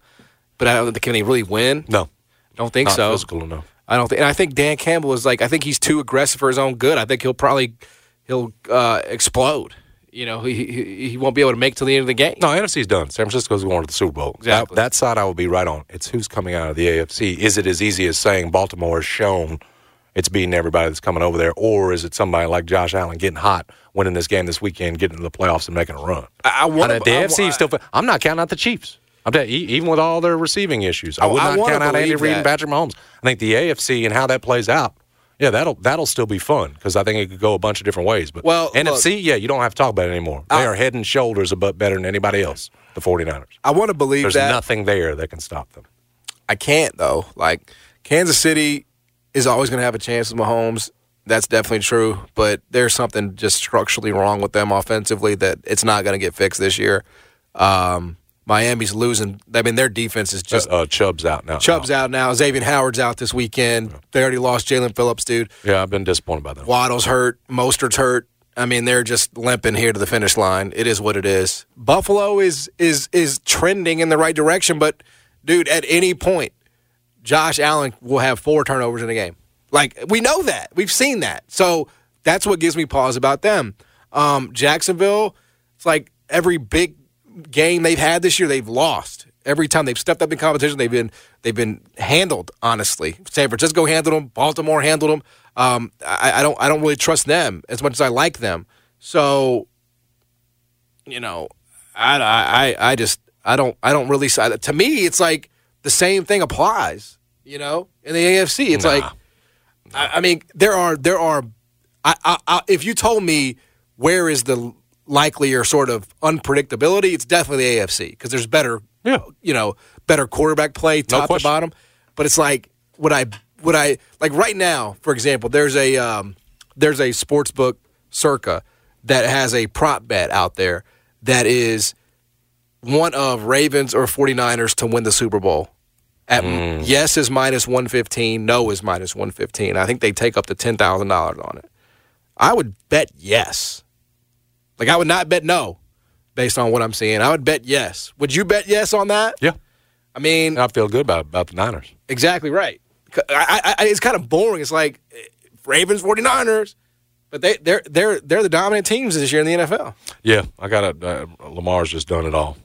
Speaker 2: but I don't think can they really win.
Speaker 5: No,
Speaker 2: Don't think
Speaker 5: not
Speaker 2: so.
Speaker 5: physical enough.
Speaker 2: I don't think, and I think Dan Campbell is like I think he's too aggressive for his own good. I think he'll probably he'll uh, explode. You know, he, he he won't be able to make till the end of the game.
Speaker 5: No, NFC's done. San Francisco's going to the Super Bowl.
Speaker 2: Exactly.
Speaker 5: That, that side I will be right on. It's who's coming out of the AFC. Is it as easy as saying Baltimore has shown it's beating everybody that's coming over there, or is it somebody like Josh Allen getting hot, winning this game this weekend, getting to the playoffs and making a run?
Speaker 2: I, I want
Speaker 5: And the AFC is still. I'm not counting out the Chiefs. I'm telling you, e- even with all their receiving issues, I
Speaker 2: Oh,
Speaker 5: would
Speaker 2: I
Speaker 5: not
Speaker 2: wanna
Speaker 5: count out Andy
Speaker 2: believe
Speaker 5: Reid and
Speaker 2: that.
Speaker 5: Patrick Mahomes. I think the AFC and how that plays out, yeah, that'll that'll still be fun because I think it could go a bunch of different ways. But
Speaker 2: Well,
Speaker 5: NFC, yeah, you don't have to talk about it anymore. They are head and shoulders above better than anybody else. The 49ers.
Speaker 2: I want to believe
Speaker 5: There's
Speaker 2: that
Speaker 5: nothing there that can stop them.
Speaker 2: I can't though. Like Kansas City is always going to have a chance with Mahomes. That's definitely true, but there's something just structurally wrong with them offensively that it's not going to get fixed this year. Um, Miami's losing. I mean, their defense is just
Speaker 5: Just uh, Chubb's out now.
Speaker 2: Chubb's out now. Xavier Howard's out this weekend. They already lost Jalen Phillips, dude.
Speaker 5: Yeah, I've been disappointed by that.
Speaker 2: Waddle's hurt. Mostert's hurt. I mean, they're just limping here to the finish line. It is what it is. Buffalo is is is trending in the right direction, but dude, at any point, Josh Allen will have four turnovers in a game. Like we know that. We've seen that. So that's what gives me pause about them. Um, Jacksonville, it's like every big game they've had this year, they've lost. Every time they've stepped up in competition, they've been they've been handled. Honestly, San Francisco handled them. Baltimore handled them. Um, I, I don't I don't really trust them as much as I like them. So you know, I, I, I- I just I don't I don't really. I- To me, it's like the same thing applies, you know, in the AFC. It's
Speaker 5: Nah.
Speaker 2: like, I, I mean, there are there are, I, I, I, if you told me where is the likelier sort of unpredictability, it's definitely the AFC because there's better,
Speaker 5: Yeah.
Speaker 2: you know, better quarterback play top to
Speaker 5: question.
Speaker 2: bottom. But it's like, would I, would I like right now, for example, there's a um, there's a sports book circa that has a prop bet out there that is one of Ravens or 49ers to win the Super Bowl. At yes is minus 115, no is minus 115. I think they take up to $10,000 on it. I would bet yes. Like I would not bet no based on what I'm seeing. I would bet yes. Would you bet yes on that?
Speaker 5: Yeah.
Speaker 2: I mean,
Speaker 5: And I feel good about, about the Niners.
Speaker 2: exactly right. C- I- I- I- it's kind of boring. It's like eh, Ravens 49ers, but they they're they're they're the dominant teams this year in the NFL.
Speaker 5: Yeah, I got to uh, Lamar's just done it all.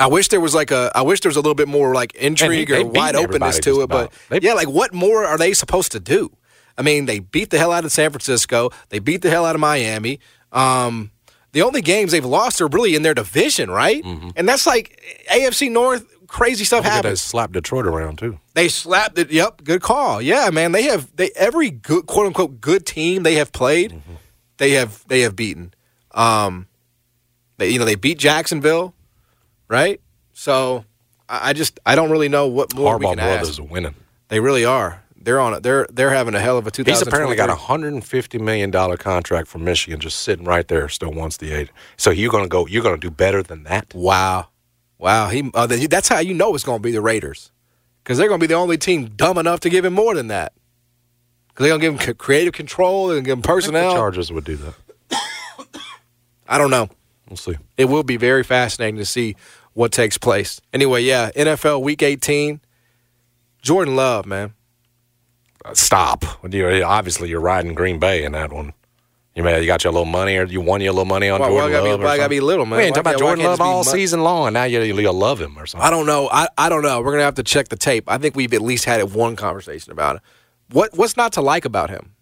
Speaker 2: I wish there was like a I wish there was a little bit more like intrigue
Speaker 5: And they-
Speaker 2: or
Speaker 5: they beat
Speaker 2: wide openness
Speaker 5: everybody
Speaker 2: to
Speaker 5: just
Speaker 2: it, but
Speaker 5: about. They-
Speaker 2: yeah, like what more are they supposed to do? I mean, they beat the hell out of San Francisco. They beat the hell out of Miami. Um, the only games they've lost are really in their division, right?
Speaker 5: Mm-hmm.
Speaker 2: And that's like AFC North. Crazy stuff
Speaker 5: I think they
Speaker 2: happens.
Speaker 5: slapped Detroit around too.
Speaker 2: They slapped it. Yep, good call. Yeah, man. They have they every good quote unquote good team they have played,
Speaker 5: Mm-hmm.
Speaker 2: they have they have beaten. Um, they, you know they beat Jacksonville, right? So I, I just I don't really know what more we
Speaker 5: Harbaugh
Speaker 2: can ask.
Speaker 5: brothers are winning.
Speaker 2: They really are. They're on it. They're they're having a hell of a two.
Speaker 5: He's apparently got a hundred and fifty million dollar contract from Michigan just sitting right there. Still wants the aid. So you're gonna go. You're gonna do better than that.
Speaker 2: wow, wow. He uh, th- that's how you know it's going to be the Raiders because they're going to be the only team dumb enough to give him more than that. Because they're going to give him c- creative control and give him
Speaker 5: The
Speaker 2: personnel.
Speaker 5: Chargers would do that.
Speaker 2: I don't know.
Speaker 5: We'll see.
Speaker 2: it will be very fascinating to see what takes place. Anyway, yeah, NFL Week 18. Jordan Love, man.
Speaker 5: Uh, Stop. You know, obviously, you're riding Green Bay in that one. You may you got your little money, or you won your little money on
Speaker 2: Why- why
Speaker 5: Jordan
Speaker 2: gotta be-
Speaker 5: Love. or
Speaker 2: why gotta
Speaker 5: something?
Speaker 2: be little, man?
Speaker 5: We ain't
Speaker 2: Why
Speaker 5: talking about
Speaker 2: can't- why
Speaker 5: Jordan
Speaker 2: can't
Speaker 5: Love
Speaker 2: this be
Speaker 5: all
Speaker 2: mu-
Speaker 5: season long. and Now you you'll love him or something.
Speaker 2: I don't know. I, I don't know. We're gonna have to check the tape. I think we've at least had one conversation about it. What what's not to like about him?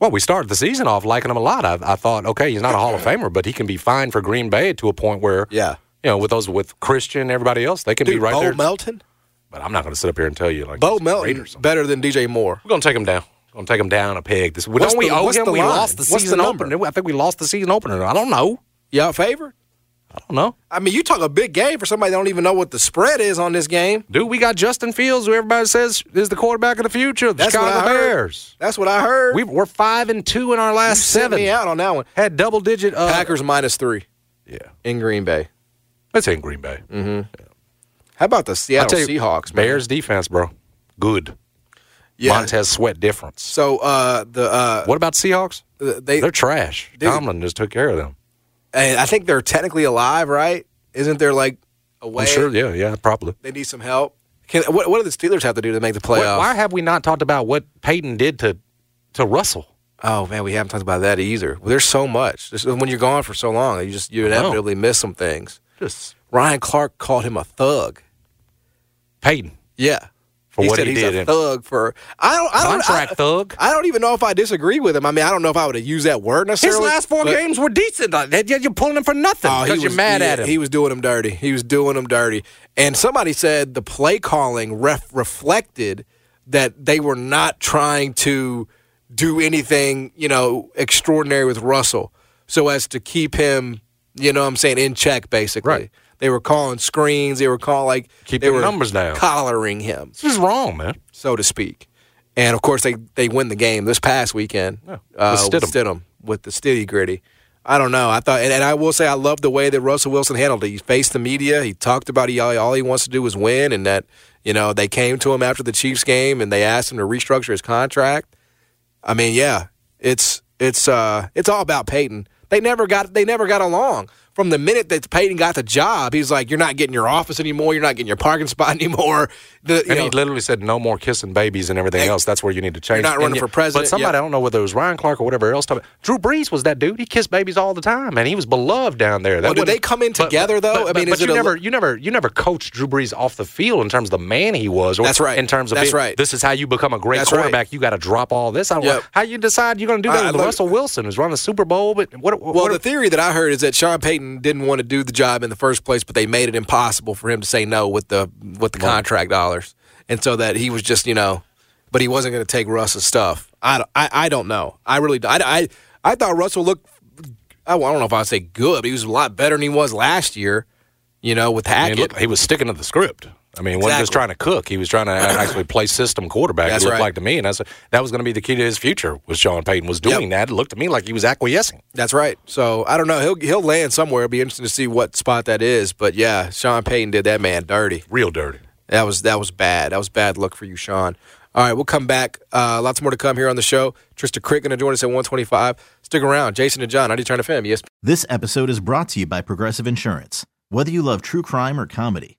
Speaker 5: Well, we started the season off liking him a lot. I, I thought, okay, he's not a Hall of Famer, but he can be fine for Green Bay to a point where,
Speaker 2: Yeah.
Speaker 5: you know, with those with Christian, everybody else, they can be
Speaker 2: Dude,
Speaker 5: right
Speaker 2: Bo
Speaker 5: there.
Speaker 2: Melton?
Speaker 5: but I'm not going to sit up here and tell you like
Speaker 2: Bo
Speaker 5: he's great
Speaker 2: Melton
Speaker 5: or something.
Speaker 2: better than DJ Moore.
Speaker 5: We're going to take him down. We're going to take him down a peg. This
Speaker 2: What's
Speaker 5: don't we
Speaker 2: the-
Speaker 5: owe
Speaker 2: what's
Speaker 5: him?
Speaker 2: the
Speaker 5: we
Speaker 2: line?
Speaker 5: lost the
Speaker 2: What's the
Speaker 5: season
Speaker 2: number?
Speaker 5: opener. I think we lost the season opener. I don't know.
Speaker 2: Y'all favor?
Speaker 5: I don't know.
Speaker 2: I mean, you talk a big game for somebody that don't even know what the spread is on this game.
Speaker 5: Dude, we got Justin Fields, who everybody says is the quarterback of the future. The
Speaker 2: That's what
Speaker 5: Chicago
Speaker 2: I heard.
Speaker 5: Bears.
Speaker 2: That's what I heard.
Speaker 5: We, we're five and two in our last
Speaker 2: you sent
Speaker 5: seven.
Speaker 2: me out on that one.
Speaker 5: Had double digit uh,
Speaker 2: Packers minus three
Speaker 5: Yeah,
Speaker 2: in Green Bay.
Speaker 5: that's in Green Bay.
Speaker 2: How about the
Speaker 5: I
Speaker 2: Seattle
Speaker 5: tell you,
Speaker 2: Mm. Seahawks, man?
Speaker 5: Bears defense, bro, good. Montez Sweat difference.
Speaker 2: So uh, the uh,
Speaker 5: What about Seahawks?
Speaker 2: they,
Speaker 5: They're trash.
Speaker 2: Dude.
Speaker 5: Tomlin just took care of them.
Speaker 2: and I think they're technically alive, right? Isn't there like a way
Speaker 5: I'm sure. Yeah, yeah, probably.
Speaker 2: they need some help? Can what, what do the Steelers have to do to make the
Speaker 5: Why-
Speaker 2: playoffs?
Speaker 5: why have we not talked about what Peyton did to to Russell?
Speaker 2: Oh man, we haven't talked about that either. Well, there's so much. This is when you're gone for so long, you just you
Speaker 5: know.
Speaker 2: inevitably miss some things.
Speaker 5: Just
Speaker 2: Ryan Clark called him a thug.
Speaker 5: Peyton.
Speaker 2: Yeah.
Speaker 5: For
Speaker 2: he
Speaker 5: what
Speaker 2: said
Speaker 5: he
Speaker 2: he's
Speaker 5: did
Speaker 2: a
Speaker 5: in-
Speaker 2: thug for I don't I don't
Speaker 5: Contract
Speaker 2: I,
Speaker 5: thug.
Speaker 2: I don't even know if I disagree with him. I mean I don't know if I would have used that word
Speaker 5: His
Speaker 2: necessarily.
Speaker 5: last four
Speaker 2: but-
Speaker 5: games were decent. Uh, they- You're pulling him for nothing
Speaker 2: Oh, he
Speaker 5: because you're
Speaker 2: was-
Speaker 5: mad
Speaker 2: he-
Speaker 5: at him.
Speaker 2: He was doing them dirty. He was doing them dirty. And somebody said the play calling ref- reflected that they were not trying to do anything, you know, extraordinary with Russell so as to keep him, you know what I'm saying, in check basically.
Speaker 5: Right.
Speaker 2: They were calling screens, they were calling like
Speaker 5: Keep
Speaker 2: they
Speaker 5: your
Speaker 2: were
Speaker 5: numbers down.
Speaker 2: collaring him
Speaker 5: this is wrong, man.
Speaker 2: so to speak. And of course, they, they win the game this past weekend
Speaker 5: Yeah,
Speaker 2: uh,
Speaker 5: with
Speaker 2: with
Speaker 5: Stidham.
Speaker 2: Stidham with the stiddy gritty. I don't know. I thought, and, and I will say, I love the way that Russell Wilson handled it. He faced the media. He talked about he, all, all he wants to do is win, and that you know they came to him after the Chiefs game and they asked him to restructure his contract. I mean, yeah, it's it's uh, it's all about Peyton. They never got they never got along. From the minute that Peyton got the job, he's like, "You're not getting your office anymore. You're not getting your parking spot anymore." The, you
Speaker 5: And
Speaker 2: know-
Speaker 5: he literally said, "No more kissing babies and everything else. That's where you need to change."
Speaker 2: You're not
Speaker 5: And
Speaker 2: running
Speaker 5: yet-
Speaker 2: for president
Speaker 5: But
Speaker 2: yet.
Speaker 5: somebody I don't know whether it was Ryan Clark or whatever else. Talking, Drew Brees was that dude. He kissed babies all the time, and he was beloved down there. That
Speaker 2: Well, did
Speaker 5: wouldn't-
Speaker 2: they come in
Speaker 5: but-
Speaker 2: together,
Speaker 5: but-
Speaker 2: though?
Speaker 5: But,
Speaker 2: I mean,
Speaker 5: but
Speaker 2: is it
Speaker 5: you
Speaker 2: a-
Speaker 5: never, you never, you never coached Drew Brees off the field in terms of the man he was. Or
Speaker 2: That's right.
Speaker 5: In terms of
Speaker 2: That's
Speaker 5: being,
Speaker 2: right.
Speaker 5: This is how you become a great
Speaker 2: That's right.
Speaker 5: quarterback. You got to drop all this. I don't
Speaker 2: Yep.
Speaker 5: know how you decide you're going to do
Speaker 2: I- I
Speaker 5: that. with
Speaker 2: look-
Speaker 5: Russell Wilson who's running the Super Bowl, but what? what
Speaker 2: Well, the theory that I heard is that Sean Payton Payton didn't want to do the job in the first place, but they made it impossible for him to say no with the with the contract dollars, and so that he was just you know, but he wasn't going to take Russ's stuff. I, don't- I, I don't know. I really I, I I thought Russell looked. I don't know if I'd say good, but he was a lot better than he was last year. You know, with
Speaker 5: I
Speaker 2: Hackett.
Speaker 5: mean, look, he was sticking to the script. I mean, he wasn't just
Speaker 2: Exactly.
Speaker 5: trying to cook. He was trying to actually play system quarterback.
Speaker 2: That's
Speaker 5: it looked
Speaker 2: right.
Speaker 5: like to me, and that's that was going to be the key to his future. Was Sean Payton was doing that? It looked to me like he was acquiescing.
Speaker 2: That's right. So I don't know. He'll he'll land somewhere. It'll be interesting to see what spot that is. But yeah, Sean Payton did that man dirty.
Speaker 5: Real dirty.
Speaker 2: That was that was bad. That was bad luck for you, Sean. All right, we'll come back. Uh, lots more to come here on the show. Trista Crick going to join us at 125. Stick around. Jason and John, how do you turn to fam? Yes.
Speaker 1: This episode is brought to you by Progressive Insurance. Whether you love true crime or comedy,